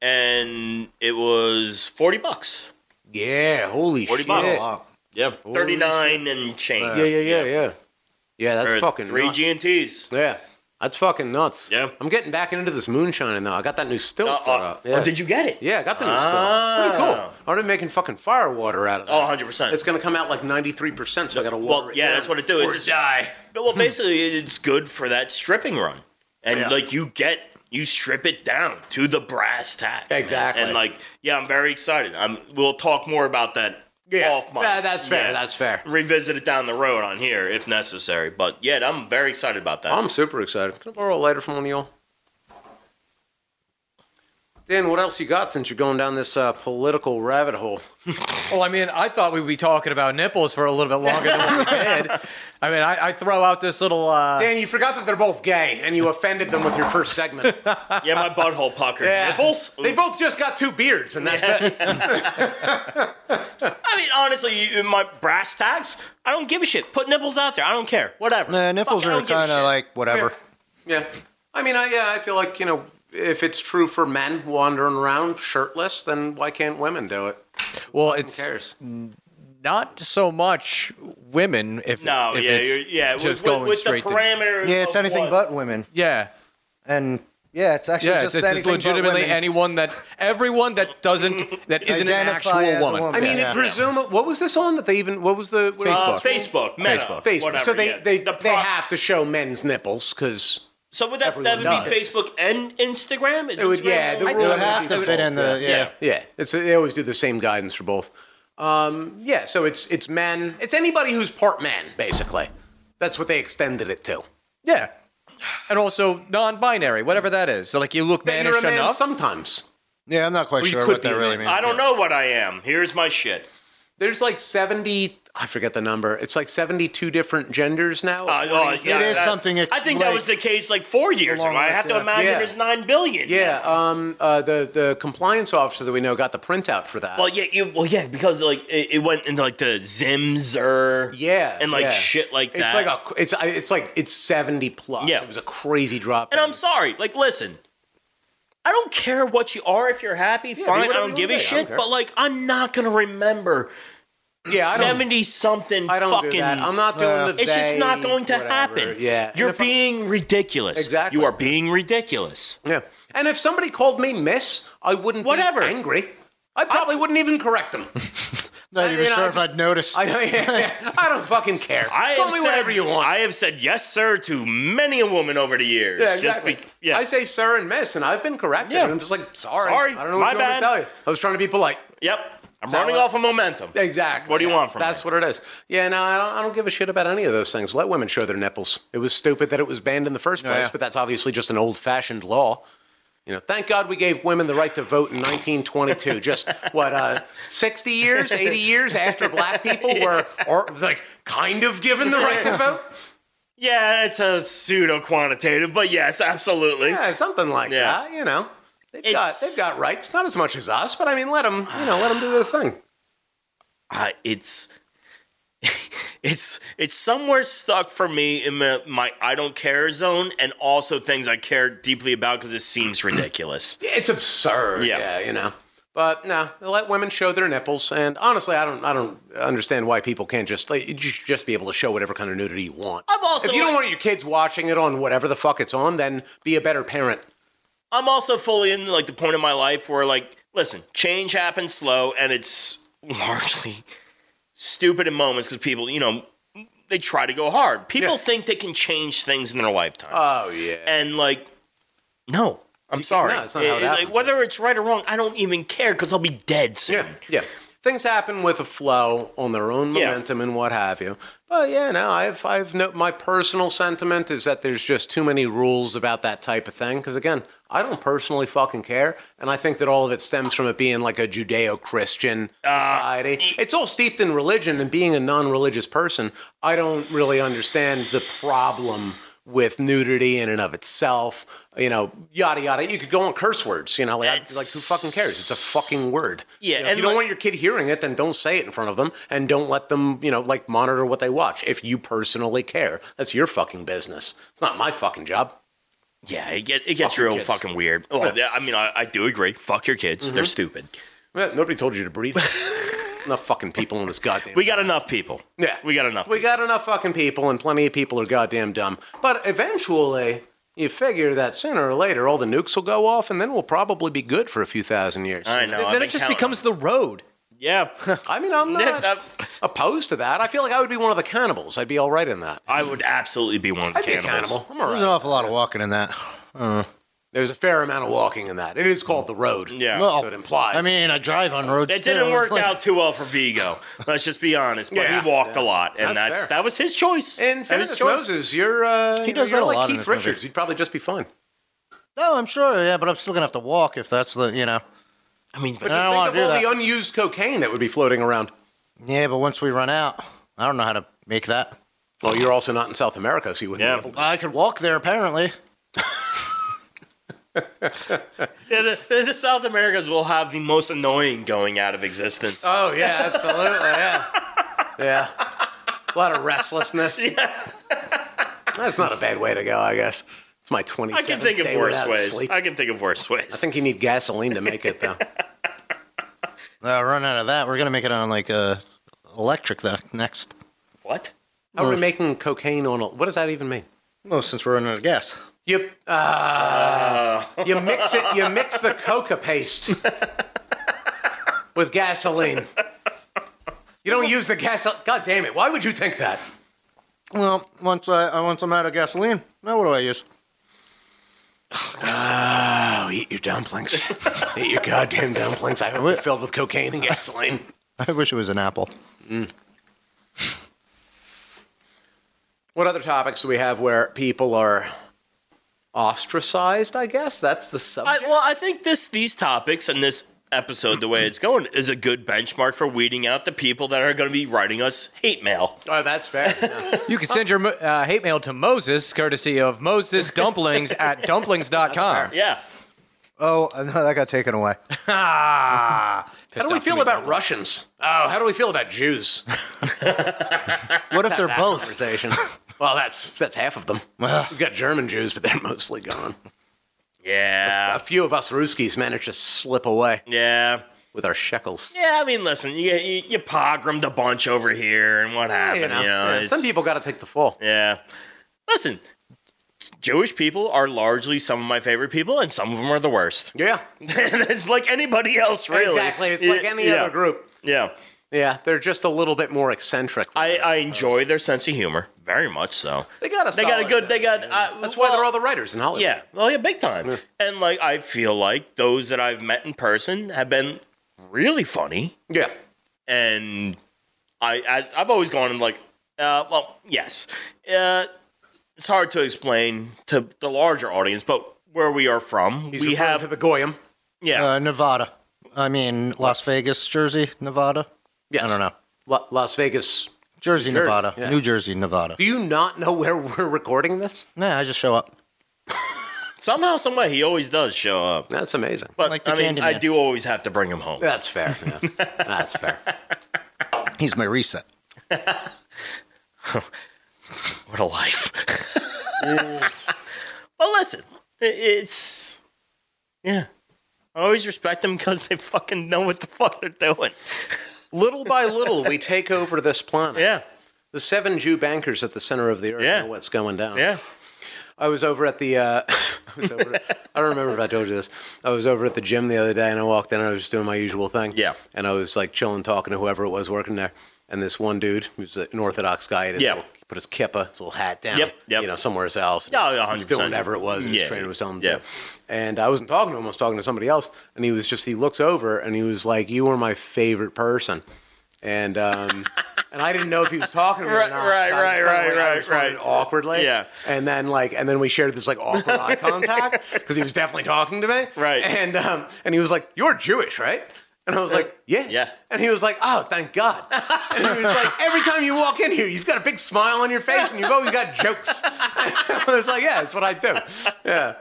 S3: and it was forty bucks.
S4: yeah, holy
S3: 40
S4: shit,
S3: bucks.
S5: Wow.
S3: Yeah, thirty nine and change.
S4: yeah, yeah, yeah, yeah, yeah. That's
S3: Or
S4: fucking
S3: three
S4: nuts.
S3: G and T's.
S4: yeah, that's fucking nuts.
S3: Yeah.
S4: I'm getting back into this moonshining though. I got that new still
S3: Uh,
S4: set
S3: uh,
S4: up. Yeah.
S3: Oh, did you get it?
S4: Yeah, I got the new
S3: Ah.
S4: stuff. Pretty cool. Already making fucking fire water out of that.
S3: Oh, 100%.
S4: It's gonna come out like 93%, so I gotta water
S3: well,
S4: it.
S3: yeah,
S4: down.
S3: that's what it do.
S4: Or
S3: It's just-
S4: die.
S3: No, well, basically, it's good for that stripping run, and like you get you strip it down to the brass tack.
S4: Exactly.
S3: And, like, yeah, I'm very excited. I'm. We'll talk more about that
S4: Yeah.
S3: off mic.
S4: Yeah, that's fair.
S3: Yeah.
S4: That's fair.
S3: Revisit it down the road on here if necessary. But yeah, I'm very excited about that.
S4: I'm super excited. Can I borrow a lighter from one of y'all? Dan, what else you got since you're going down this uh, political rabbit hole?
S1: Well, I mean, I thought we'd be talking about nipples for a little bit longer than we did. I mean, I, I throw out this little. Uh,
S4: Dan, you forgot that they're both gay, and you offended them with your first segment.
S3: yeah, my butthole pucker.
S4: Yeah.
S3: Nipples.
S4: They both just got two beards, and that's it.
S3: I mean, honestly, you, in my brass tags. I don't give a shit. Put nipples out there. I don't care. Whatever.
S5: Nah, Oh, nipples
S3: Fuck it, I
S5: are
S3: don't give a
S5: kind of
S3: shit.
S5: like whatever.
S4: Yeah. I mean, I, yeah, I feel like, you know, if it's true for men wandering around shirtless, then why can't women do it?
S1: Well,
S4: Who
S1: it's
S4: cares?
S1: not so much women if
S3: No,
S1: if
S3: yeah,
S1: it's
S3: you're, yeah.
S1: just
S3: with,
S1: going
S3: with, with
S1: straight
S3: the
S1: to
S3: parameters.
S2: Yeah, it's
S3: of
S2: anything
S3: what-
S2: but women.
S1: yeah.
S2: And yeah, it's actually
S1: Yeah, it's,
S2: just
S1: it's
S2: anything but
S1: legitimately
S2: women.
S1: anyone that everyone that doesn't that isn't an
S2: Identify
S1: actual
S2: as a
S1: woman.
S2: woman.
S4: I mean,
S2: Yeah.
S4: it presume what was this on that they even what was the what
S3: Uh,
S4: Was
S3: Facebook, Meta,
S1: Facebook.
S4: Facebook.
S3: whatever,
S4: so they
S3: yeah.
S4: they,
S3: The
S4: they
S3: pro-
S4: have to show men's nipples because
S3: So would that that would
S4: Everyone
S3: be
S4: does.
S3: Facebook and Instagram? Is
S4: It would-
S3: Instagram
S4: yeah, the rule
S3: only?
S5: It would
S4: would
S5: have
S4: be
S5: to fit in the
S4: both,
S5: yeah.
S3: yeah.
S4: Yeah, it's they always do the same guidance for both. Um, yeah, so it's it's men. It's anybody who's part man, basically. That's what they extended it to.
S1: Yeah. And also non-binary, whatever that is. So like you look
S4: Then you're
S1: mannish
S4: a man
S1: enough.
S4: sometimes.
S5: Yeah, I'm not quite
S4: Well, you
S5: sure
S4: could
S5: what that
S4: be a
S5: really
S4: man.
S5: means.
S3: I don't know what I am. Here's my shit.
S4: There's like seventy. I forget the number. It's like seventy-two different genders now.
S3: Uh,
S4: according
S3: oh,
S4: to-
S3: yeah,
S5: It is
S3: that-
S5: something ex-
S3: I think that
S5: like-
S3: was the case like four years ago.
S2: Along
S3: I
S2: with,
S3: have to
S2: uh,
S3: imagine
S4: yeah.
S3: there's nine billion.
S4: yeah. Um. Uh. The the compliance officer that we know got the printout for that.
S3: Well, yeah, you, well, yeah, because like it, it went into like the Zimzer,
S4: yeah.
S3: and like
S4: yeah.
S3: shit like
S4: It's
S3: that.
S4: like a. It's it's like it's seventy plus.
S3: Yeah.
S4: It was a crazy drop.
S3: and I'm sorry, like listen, I don't care what you are. If you're happy,
S4: be
S3: fine. I
S4: whatever
S3: don't
S4: you
S3: give
S4: wanna be,
S3: a
S4: I don't
S3: shit.
S4: care.
S3: But like, I'm not gonna remember
S4: yeah. I don't.
S3: seventy something.
S4: I don't
S3: fucking,
S4: do that. I'm not doing the.
S3: It's just
S4: they,
S3: not going to
S4: whatever.
S3: happen.
S4: Yeah. And
S3: you're
S4: if I-
S3: being ridiculous.
S4: Exactly.
S3: You are being ridiculous.
S4: Yeah. And if somebody called me miss, I wouldn't
S3: Whatever.
S4: be angry. I probably wouldn't even correct them.
S5: Not
S4: I-
S5: even
S4: you know,
S5: sure
S4: I
S5: if I'd noticed.
S4: I don't, yeah, yeah. I don't fucking care.
S3: I
S4: Call
S3: have
S4: me
S3: said,
S4: whatever you want.
S3: I have said yes, sir, to many a woman over the years.
S4: yeah,
S3: Just
S4: exactly.
S3: be- yeah.
S4: I say sir and miss, and I've been corrected.
S3: Yeah.
S4: And I'm just like, sorry.
S3: Sorry,
S4: I don't know what
S3: my
S4: you want me
S3: bad.
S4: to tell you. I was trying to be polite.
S3: Yep. I'm running
S4: what-
S3: off of momentum.
S4: Exactly.
S3: What do you
S4: Yeah.
S3: want from
S4: That's
S3: me?
S4: what it is. Yeah, no, I don't, I don't give a shit about any of those things. Let women show their nipples. It was stupid that it was banned in the first place,
S1: yeah.
S4: but that's obviously just an old-fashioned law. You know, thank God we gave women the right to vote in 1922. just what, uh, 60 years, 80 years after black people were, or like, kind of given the right to vote?
S3: Yeah, it's a pseudo quantitative, but yes, absolutely.
S4: Yeah, something like
S3: Yeah.
S4: that. You know, they've got
S3: It's-
S4: they've got rights, not as much as us, but I mean, let them, you know, let them do their thing.
S3: I- it's it's it's somewhere stuck for me in my, my I don't care zone, and also things I care deeply about because it seems ridiculous.
S4: Yeah, It's absurd.
S3: Yeah.
S4: Yeah. you know. But no, let women show their nipples. And honestly, I don't, I don't understand why people can't just like you should just be able to show whatever kind of nudity you want.
S3: I've also
S4: if you don't
S3: like-
S4: want your kids watching it on whatever the fuck it's on, then be a better parent.
S3: I'm also fully in like the point of my life where like, listen, change happens slow, and it's largely stupid in moments because people, you know, they try to go hard. People
S4: Yeah.
S3: think they can change things in their lifetime.
S4: Oh yeah.
S3: and like no i'm sorry
S4: no, it's not how it
S3: It- it- like,
S4: happens.
S3: whether it's right or wrong i don't even care because i'll be dead soon
S4: Yeah, yeah. Things happen with a flow on their own
S3: Yeah.
S4: momentum and what have you. But yeah, no, I've, I've no. My personal sentiment is that there's just too many rules about that type of thing. Because again, I don't personally fucking care, and I think that all of it stems from it being like a Judeo-Christian society. It's all steeped in religion, and being a non-religious person, I don't really understand the problem with nudity in and of itself. You know, yada yada. You could go on curse words. You know, like, I- like who fucking cares? It's a fucking word.
S3: Yeah,
S4: You know,
S3: and
S4: if you don't
S3: like-
S4: want your kid hearing it, then don't say it in front of them, and don't let them, you know, like monitor what they watch. If you personally care, that's your fucking business. It's not my fucking job.
S3: yeah it, get, it gets
S4: Fuck your
S3: real
S4: kids.
S3: fucking weird well, yeah, Mm-hmm. i mean I, I do agree fuck your kids they're stupid
S4: Yeah, Eh, nobody told you to breathe. enough fucking people in this goddamn.
S3: we got enough people
S4: yeah,
S3: we got enough
S4: We got enough fucking people, and plenty of people are goddamn dumb. But eventually. You figure that sooner or later all the nukes will go off, and then we'll probably be good for a few thousand years.
S3: i know I've
S1: then
S3: been
S1: it just
S3: counting.
S1: becomes the road.
S3: yeah
S4: I mean, I'm
S3: Yeah,
S4: not
S3: that-
S4: opposed to that. I feel like I would be one of the cannibals. I'd be all right in that.
S3: i would absolutely be one of the
S4: I'd be a
S3: cannibals.
S4: cannibal. I'm all right.
S5: There's an awful lot of walking in that.
S4: There's a fair amount of walking in that. It is called the road.
S3: Yeah.
S5: Well,
S4: So it implies.
S5: I mean, I drive on roads.
S3: that
S5: too.
S3: didn't work
S5: It's like-
S3: out too well for Vigo. Let's just be honest. But
S4: Yeah.
S3: he walked a lot, and
S4: That's
S3: that's,
S4: fair.
S3: that was his choice.
S4: in
S3: that was
S4: fairness, Moses, you're uh, he
S5: does
S4: you're
S5: that a
S4: like
S5: lot in
S4: Keith
S5: this movie.
S4: Richards. You'd probably just be fine.
S5: No, I'm sure. Yeah, but I'm still gonna have to walk if that's the you know.
S3: I mean,
S5: I
S4: Just
S5: don't
S4: think
S5: want
S4: of
S5: to do
S4: all
S5: that.
S4: the unused cocaine that would be floating around.
S5: yeah, but once we run out, I don't know how to make that.
S4: Well, you're also not in South America, so you wouldn't.
S3: Yeah.
S4: Be able to.
S5: I could walk there apparently.
S3: yeah, the, the, the South Americans will have the most annoying going out of existence.
S4: Oh yeah, absolutely. yeah. Yeah. A lot of restlessness. That's not a bad way to go, I guess. It's my 27th
S3: I can think of
S4: day
S3: worse
S4: without
S3: ways.
S4: sleep. I
S3: I can think of worse ways.
S4: think you need gasoline to make it though.
S5: Uh, run out of that. We're gonna make it on like uh, electric though next.
S3: what?
S4: How are we making cocaine on? A, what does that even mean?
S5: Well, since we're running out of gas.
S4: You uh, you mix it. You mix the coca paste with gasoline. You don't use the gas. God damn it! Why would you think that?
S5: Well, once I, I once I'm out of gasoline, now what do I use?
S4: Oh, eat your dumplings. eat your goddamn dumplings. I hope they're filled with cocaine and gasoline.
S5: I wish it was an apple.
S4: What other topics do we have where people are ostracized? I guess that's the
S3: I,
S4: subject.
S3: well, I think this these topics and this episode, the way it's going, is a good benchmark for weeding out the people that are going to be writing us hate mail.
S4: oh, that's fair. yeah.
S1: You can send your mo- uh, hate mail to Moses, courtesy of Moses Dumplings at dumplings.com.
S3: Yeah.
S5: Oh, no, that got taken away.
S4: How do we feel about Russians? Oh, how do we feel about Jews?
S5: What if they're both?
S4: Conversation. well, that's that's half of them. We've got German Jews, but they're mostly gone.
S3: Yeah.
S4: A few of us Ruskies managed to slip away
S3: Yeah.
S4: with our shekels.
S3: Yeah, I mean, listen, you, you, you pogromed a bunch over here, and what happened?
S4: You know,
S3: you know,
S4: yeah,
S3: it's-
S4: some people got to take the fall.
S3: Yeah. Listen, Jewish people are largely some of my favorite people, and some of them are the worst.
S4: Yeah,
S3: it's like anybody else, really.
S4: exactly. It's like
S3: Yeah,
S4: any
S3: yeah,
S4: other group.
S3: Yeah.
S4: Yeah, they're just a little bit more eccentric.
S3: I, I enjoy their sense of humor very much. So
S4: they got a
S3: they got a
S4: solid
S3: good.
S4: sense.
S3: They got. Uh,
S4: That's why they're all the writers in Hollywood.
S3: Yeah. Well, yeah, big time. And like, I feel like those that I've met in person have been really funny,
S4: yeah.
S3: and I, I I've always gone and like, uh, well, yes, uh, it's hard to explain to the larger audience, but where we are from,
S4: He's
S3: we
S4: referring
S3: have
S4: to the Goyim.
S3: yeah.
S5: Uh, Nevada. I mean, Las Vegas, Jersey, Nevada.
S4: Yes.
S5: I don't know.
S4: La- Las Vegas.
S5: Jersey, Nevada,
S4: yeah.
S5: New Jersey, Nevada.
S4: Do you not know where we're recording this?
S5: Nah, I just show up.
S3: Somehow, somewhere, he always does show up.
S4: That's amazing.
S3: But
S5: Like the
S3: I mean, I
S5: Candyman.
S3: do always have to bring him home.
S4: That's fair. yeah. That's fair.
S5: He's my reset.
S3: What a life. but listen, i- it's yeah. I always respect them because they fucking know what the fuck they're doing.
S4: Little by little, we take over this planet.
S3: Yeah,
S4: The seven Jew bankers at the center of the earth
S3: Yeah.
S4: know what's going down.
S3: yeah.
S4: I was over at the. Uh, I, was over, I don't remember if I told you this. I was over at the gym the other day, and I walked in. and I was just doing my usual thing.
S3: Yeah.
S4: And I was like chilling, talking to whoever it was working there. And this one dude, who's an Orthodox guy, had his
S3: Yeah.
S4: little- he put his kippah, his little hat down.
S3: Yep, yep.
S4: You know, somewhere else.
S3: Yeah,
S4: He was
S3: 100%.
S4: Doing whatever it was. and
S3: Yeah.
S4: His trainer was telling him.
S3: Yeah.
S4: To. do. And I wasn't talking to him. I was talking to somebody else. And he was just. He looks over, and he was like, "You were my favorite person." And um, and I didn't know if he was talking to me
S3: Right,
S4: or not.
S3: right,
S4: so I was
S3: right,
S4: kinda
S3: right,
S4: like- I
S3: right,
S4: responded
S3: right.
S4: Awkwardly.
S3: Yeah.
S4: And then like, and then we shared this like awkward eye contact because he was definitely talking to me.
S3: Right.
S4: And um, and he was like, "You're Jewish, right?" And I was like, "Yeah."
S3: Uh, Yeah.
S4: And he was like, "Oh, thank God." And he was like, "Every time you walk in here, you've got a big smile on your face, and you've always got jokes." I was like, "Yeah, that's what I do." Yeah.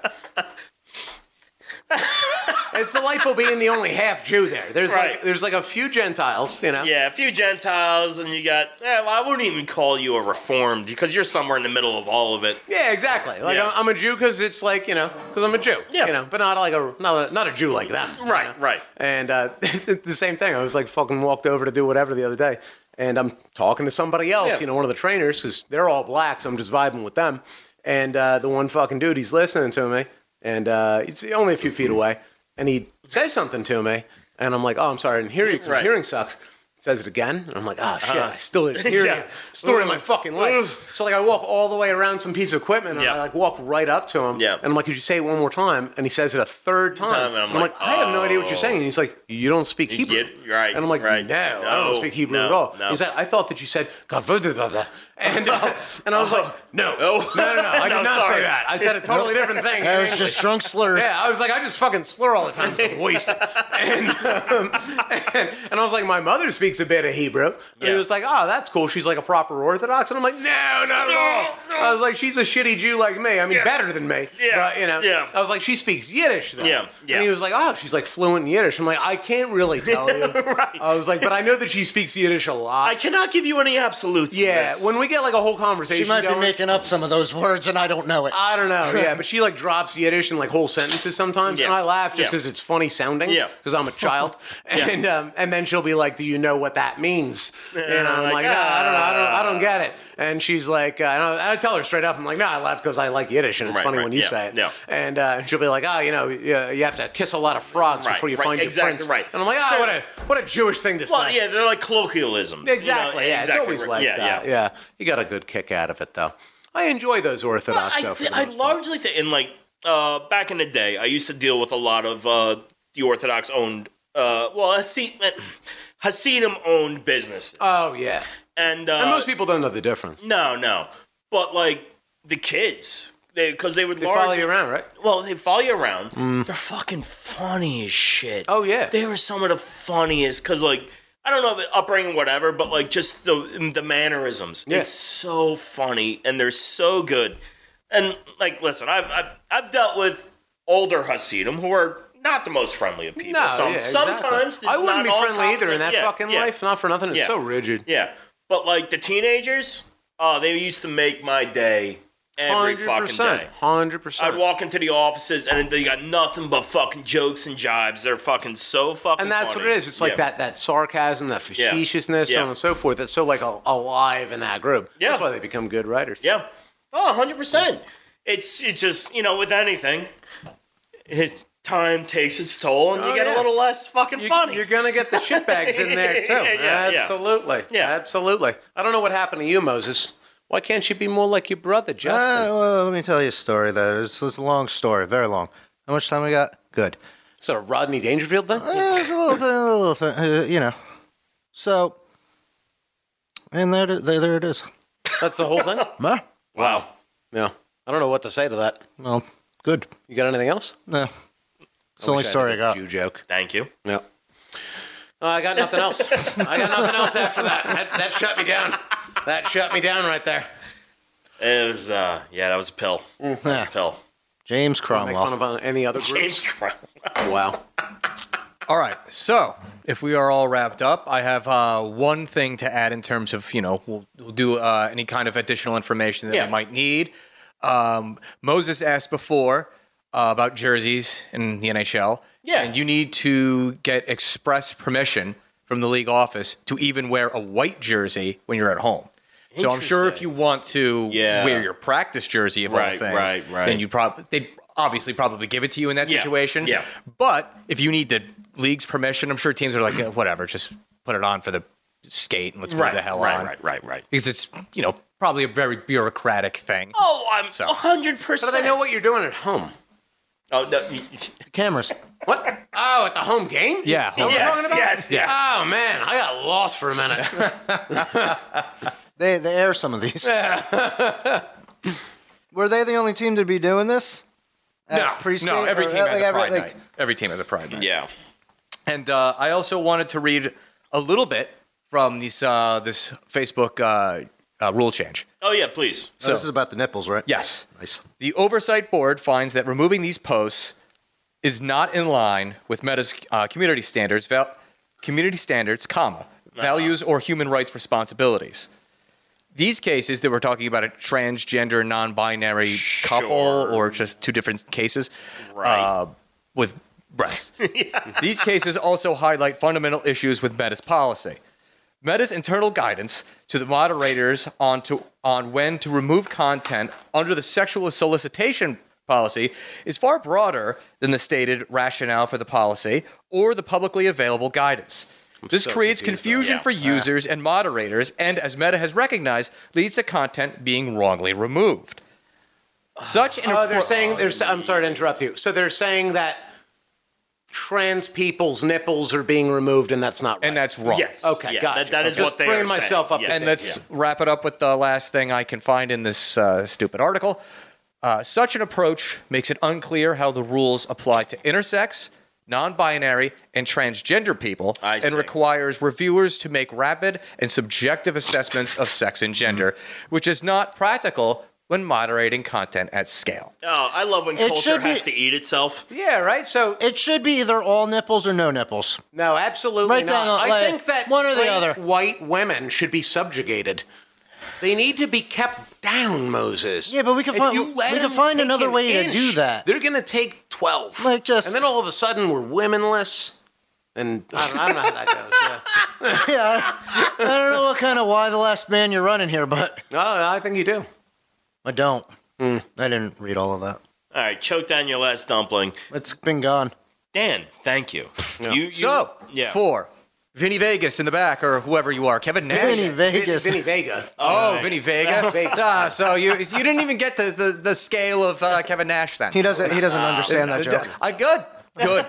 S4: it's delightful being the only half Jew there. There's like
S3: Right.
S4: there's like a few Gentiles, you know.
S3: Yeah, a few Gentiles, and you got. Yeah, well, I wouldn't even call you a reformed because you're somewhere in the middle of all of it.
S4: Yeah, exactly. Like
S3: Yeah.
S4: I'm- I'm a Jew because it's like you know because I'm a Jew.
S3: Yeah.
S4: You know, but not like a not a, not a Jew like them. you
S3: Right,
S4: know?
S3: right.
S4: And uh, the same thing. I was like fucking walked over to do whatever the other day, and I'm talking to somebody else.
S3: Yeah.
S4: You know, one of the trainers because they're all black, so I'm just vibing with them. And uh, the one fucking dude, he's listening to me, and uh, he's only a few feet away, and he says something to me, and I'm like, oh, I'm sorry, I didn't hear you 'cause my
S3: Right. Uh-huh.
S4: hearing sucks. Says it again, and I'm like, oh shit, I still didn't hear
S3: Yeah.
S4: you. Story of my fucking life. So like, I walk all the way around some piece of equipment, and I
S3: Yeah.
S4: like walk right up to him,
S3: Yeah.
S4: and I'm like, could you say it one more time? And he says it a third time,
S3: Time, and I'm
S4: and I'm like,
S3: like,
S4: I have no idea what you're
S3: oh.
S4: saying. And he's like, you don't speak Hebrew,
S3: get- right,
S4: And I'm like,
S3: right.
S4: no, I
S3: No,
S4: don't speak Hebrew
S3: no,
S4: at all.
S3: no.
S4: He's like, I thought that you said God, blah, blah, blah, blah." and uh, and I was like, no, no, no, no, I did
S3: Oh. No,
S4: not
S3: sorry.
S4: say that. I said a totally different thing.
S5: That was just drunk slurs.
S4: Yeah, I was like, I just fucking slur all the time. I'm wasted. And, um, and, and I was like, my mother speaks a bit of Hebrew. And he
S3: Yeah.
S4: was like, oh, that's cool. She's like a proper Orthodox. And I'm like, no, not at all. I was like, she's a shitty Jew like me. I mean, better than me.
S3: Yeah.
S4: But, you know,
S3: Yeah.
S4: I was like, she speaks Yiddish, though.
S3: Yeah. Yeah.
S4: And he was like, oh, she's like fluent in Yiddish. I'm like, I can't really tell you. I was like, but I know that she speaks Yiddish a lot.
S3: I cannot give you any absolutes. in
S4: Yeah,
S3: this.
S4: when we get like a whole conversation.
S5: She might be
S4: going.
S5: making up some of those words, and I don't know it.
S4: I don't know. Yeah, but she like drops Yiddish in like whole sentences sometimes,
S3: Yeah.
S4: and I laugh just
S3: Yeah.
S4: because it's funny sounding.
S3: Yeah.
S4: because I'm a child, and um, and then she'll be like, "Do you know what that means?" and I'm like,
S3: like, "Ah."
S4: "No, I don't know. I don't. I don't get it." And she's like, uh, and I, I tell her straight up, I'm like, "No, I laugh because I like Yiddish, and it's
S3: Right,
S4: funny
S3: right,
S4: when you
S3: yeah,
S4: say it."
S3: yeah.
S4: And uh, she'll be like, "Ah, you know, you, you have to kiss a lot of frogs
S3: Right,
S4: before you
S3: right,
S4: find
S3: exactly
S4: your prince."
S3: right.
S4: And I'm like, "Ah,
S3: They're-
S4: what a what a Jewish thing to
S3: Well,
S4: say."
S3: yeah, they're like colloquialisms. you know,
S4: Exactly. yeah,
S3: exactly
S4: it's always
S3: right.
S4: like
S3: yeah,
S4: that.
S3: Yeah.
S4: Yeah. you got a good kick out of it though. I enjoy those
S3: Well,
S4: Orthodox.
S3: I,
S4: though, for
S3: th-
S4: the
S3: I
S4: most part.
S3: largely think, and like uh, back in the day, I used to deal with a lot of uh, the Orthodox owned, uh, well, Hasid- Hasidim owned business,
S4: Oh yeah,
S3: and, uh,
S4: and most people don't know the difference.
S3: no, no, but like the kids, because they, would
S4: They follow
S3: largely-
S4: you around, right?
S3: Well, they follow you around. They're fucking funny as shit.
S4: Oh, yeah.
S3: they were some of the funniest. Cause like I don't know the upbringing, whatever, but like just the the mannerisms.
S4: Yeah.
S3: It's so funny, and they're so good. And like, listen, I've I've, I've dealt with older Hasidim who are not the most friendly of people. Some, sometimes
S4: I wouldn't be friendly either in
S3: in
S4: that fucking life. Not for nothing. It's
S3: Yeah.
S4: so rigid.
S3: Yeah, but like the teenagers, oh, they used to make my day every fucking day.
S4: Hundred
S3: I'd
S4: percent.
S3: walk into the offices and they got nothing but fucking jokes and jibes. They're fucking so fucking.
S4: And that's
S3: funny.
S4: what it is. It's like
S3: Yeah.
S4: that that sarcasm, that
S3: Yeah.
S4: facetiousness, so
S3: Yeah.
S4: on and so forth. That's so like al- alive in that group.
S3: Yeah.
S4: That's why they become good writers.
S3: Yeah. Oh, 100 percent. It's it's just you know with anything, it, time takes its toll and
S4: Oh,
S3: you get
S4: yeah.
S3: a little less fucking
S4: You,
S3: funny.
S4: You're gonna get the shitbags in there too.
S3: Yeah, yeah, yeah.
S4: absolutely.
S3: Yeah.
S4: Absolutely. I don't know what happened to you, Moses. Why can't you be more like your brother, Justin?
S5: Ah, well, let me tell you a story. Though it's, it's a long story, very long. How much time we got? Good.
S4: Is that a Rodney Dangerfield thing?
S5: Uh, it's a little thing, a little thing, uh, you know. So, and there, it- there, there it is.
S4: That's the whole thing.
S5: Huh?
S4: wow. Yeah. I don't know what to say to that.
S5: Well, good.
S4: You got anything else?
S5: No, it's the only
S4: Wish had
S5: story
S4: a
S5: I got.
S4: Jew joke.
S3: Thank you.
S4: Yeah. Uh, I got nothing else. I got nothing else after that. that. That shut me down. That shut me down right there.
S3: It was uh yeah that was a pill. That was a pill.
S5: James
S4: Make
S5: Cromwell.
S4: fun of uh, any other
S3: James
S4: groups?
S3: Cromwell.
S4: Wow.
S1: All right. So, if we are all wrapped up, I have uh, one thing to add in terms of, you know, we'll, we'll do uh, any kind of additional information that
S3: Yeah.
S1: we might need. Um, Moses asked before uh, about jerseys in the NHL.
S3: Yeah.
S1: And you need to get express permission from the league office to even wear a white jersey when you're at home. So I'm sure if you want to
S3: Yeah.
S1: wear your practice jersey of all
S3: Right,
S1: things,
S3: right, right.
S1: then you probably they obviously probably give it to you in that
S3: Yeah,
S1: situation.
S3: yeah.
S1: But if you need the league's permission, I'm sure teams are like, "Yeah, whatever, just put it on for the skate and let's move
S3: Right,
S1: the hell
S3: right,
S1: on.
S3: right, right, right.
S1: Because it's, you know, probably a very bureaucratic thing.
S3: Oh, I'm
S1: So.
S3: hundred percent.
S4: But I know what you're doing at home.
S3: Oh no. Yes,
S5: Cameras.
S4: What? Oh, at the home game?
S1: Yeah, home
S4: Home
S1: game.
S4: talking about?
S3: yes, yes.
S4: Oh man, I got lost for a minute.
S5: They they air some of these. Were they the only team to be doing this? At pre-skate
S1: no, every
S5: or
S1: team
S5: at,
S1: has
S5: like,
S1: a
S5: every-
S1: pride
S5: like-
S1: night. Every team has a pride night.
S3: Yeah.
S1: And uh, I also wanted to read a little bit from this uh, this Facebook uh, uh, rule change.
S3: Oh yeah, please.
S5: Oh, this is about the nipples, right?
S1: Yes.
S5: Nice.
S1: The oversight board finds that removing these posts is not in line with Meta's uh, community standards, val- community standards, comma,
S3: Uh-huh.
S1: values or human rights responsibilities. These cases that we're talking about a transgender, non-binary couple,
S3: Sure.
S1: or just two different cases,
S3: Right.
S1: uh, with breasts. These cases also highlight fundamental issues with Meta's policy. Meta's internal guidance to the moderators on to on when to remove content under the sexual solicitation policy is far broader than the stated rationale for the policy or the publicly available guidance. this
S4: so
S1: creates
S4: confused by
S1: confusion
S3: that.
S1: for users and moderators and as Meta has recognized leads to content being wrongly removed. Such an
S4: Oh, they're saying they're. sa- I'm sorry to interrupt you. So they're saying that trans people's nipples are being removed, and that's not right.
S1: and that's wrong.
S3: Yes.
S4: Okay,
S3: Yeah,
S4: gotcha.
S3: that- that is
S4: Just
S3: what they
S4: bringing
S3: are
S4: myself
S3: saying.
S4: up
S3: Yeah.
S4: to
S1: And
S4: date.
S1: let's wrap it up with the last thing I can find in this uh, stupid article. Uh, such an approach makes it unclear how the rules apply to intersex, non binary, and transgender people
S3: I
S1: and
S3: see.
S1: requires reviewers to make rapid and subjective assessments of sex and gender,
S3: Mm-hmm.
S1: which is not practical when moderating content at scale.
S3: Oh, I love when
S5: It
S3: culture
S5: should be-
S3: has to eat itself.
S4: yeah, right. So
S5: It should be either all nipples or no nipples.
S4: no, absolutely
S5: Right
S4: not.
S5: down the
S4: I
S5: line.
S4: think that
S5: One or the
S4: straight
S5: other.
S4: White women should be subjugated. They need to be kept down, Moses.
S5: Yeah, but we can find- we can
S4: them
S5: find
S4: take
S5: another
S4: an
S5: way to
S4: inch,
S5: do that.
S4: They're gonna take twelve.
S5: Like, just-
S4: and then all of a sudden we're womenless. And I don't, I don't know how that goes. Yeah.
S5: yeah, I, I don't know what kind of why the last man you're running here, but
S4: No, I think you do.
S5: I don't.
S4: Hmm.
S5: I didn't read all of that.
S3: All right, choke down your last dumpling.
S5: It's been gone.
S3: Dan, thank you. You, you
S1: So,
S3: yeah.
S1: four. Vinny Vegas in the back, or whoever you are, Kevin Nash.
S5: Vinny Vegas.
S4: Vinny Vega.
S1: Oh, Vinny Vega. ah, so you you didn't even get the, the, the scale of uh, Kevin Nash then.
S2: He doesn't. He doesn't
S5: Ah,
S2: understand that joke.
S1: I good. Good.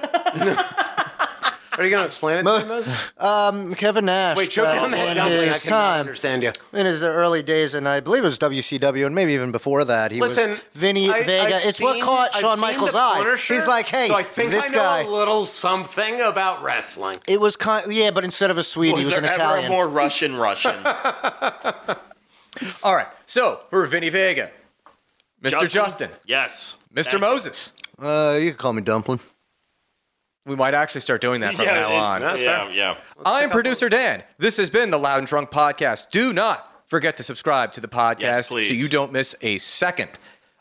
S4: Are you gonna explain it? to me, Moses?
S5: Um, Kevin Nash.
S4: Wait, choke
S5: uh,
S4: down that
S5: in
S4: dumpling. I
S5: his
S4: cannot
S5: time,
S4: understand you.
S5: in his early days, and I believe it was WCW, and maybe even before that, he
S4: Listen,
S5: was Vinny
S4: I-
S5: Vega.
S4: I've
S5: it's what
S4: seen-
S5: caught
S4: I've
S5: Shawn
S4: seen
S5: Michaels'
S4: The
S5: eye.
S4: Punisher,
S5: He's like, hey,
S4: so I think
S5: this
S4: I know
S5: guy.
S4: a little something about wrestling.
S5: It was kind, yeah, but instead of a Swede,
S3: Was
S5: he was
S3: there
S5: an
S3: ever
S5: Italian.
S3: a more Russian Russian?
S1: All right. So for Vinny Vega, Mr. Justin,
S3: Yes.
S1: Mr.
S3: Thank you.
S1: Moses.
S5: uh, you could call me Dumpling.
S1: We might actually start doing that from
S3: Yeah,
S1: now
S3: it-
S1: on.
S4: That's
S3: yeah,
S4: fair.
S3: yeah.
S1: I'm producer Dan. This has been the Loud and Drunk Podcast. Do not forget to subscribe to the podcast
S3: Yes, please.
S1: so you don't miss a second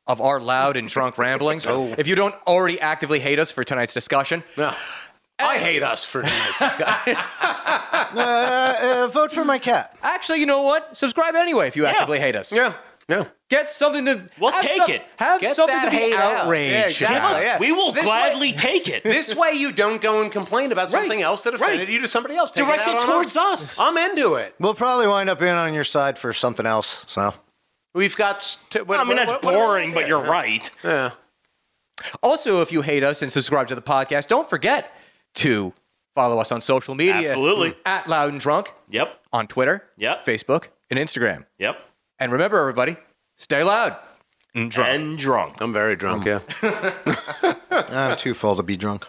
S1: of our loud and drunk ramblings. If you don't already actively hate us for tonight's discussion,
S4: No. I hate us for doing this. This guy-
S5: Uh, vote for my cat.
S1: actually, you know what? Subscribe anyway if you actively hate us.
S4: yeah. No.
S1: Get something to
S3: We'll
S1: have
S3: take
S1: some-
S3: it.
S1: Have
S4: Get
S1: something
S4: that
S1: to be
S4: hate out.
S1: outraged
S4: Yeah, exactly.
S1: about.
S4: Yeah.
S3: We will
S4: This
S3: gladly take it.
S4: This way you don't go and complain about something else that offended you to somebody else. Take
S3: Direct
S4: it, out
S3: it
S4: on
S3: towards us.
S4: I'm into it.
S5: We'll probably wind up being on your side for something else. So
S4: We've got. St- what,
S3: I mean,
S4: what-
S3: that's
S4: what- what-
S3: boring, but you're right.
S4: Yeah.
S1: Also, if you hate us and subscribe to the podcast, don't forget to follow us on social media. Mm.
S3: Absolutely.
S1: At Loud and Drunk
S3: Yep.
S1: on Twitter,
S3: Yep.
S1: Facebook, and Instagram.
S3: Yep.
S1: And remember, everybody, stay loud and drunk.
S3: And drunk.
S5: Um,
S4: I'm very drunk. Yeah.
S5: I'm too full to be drunk.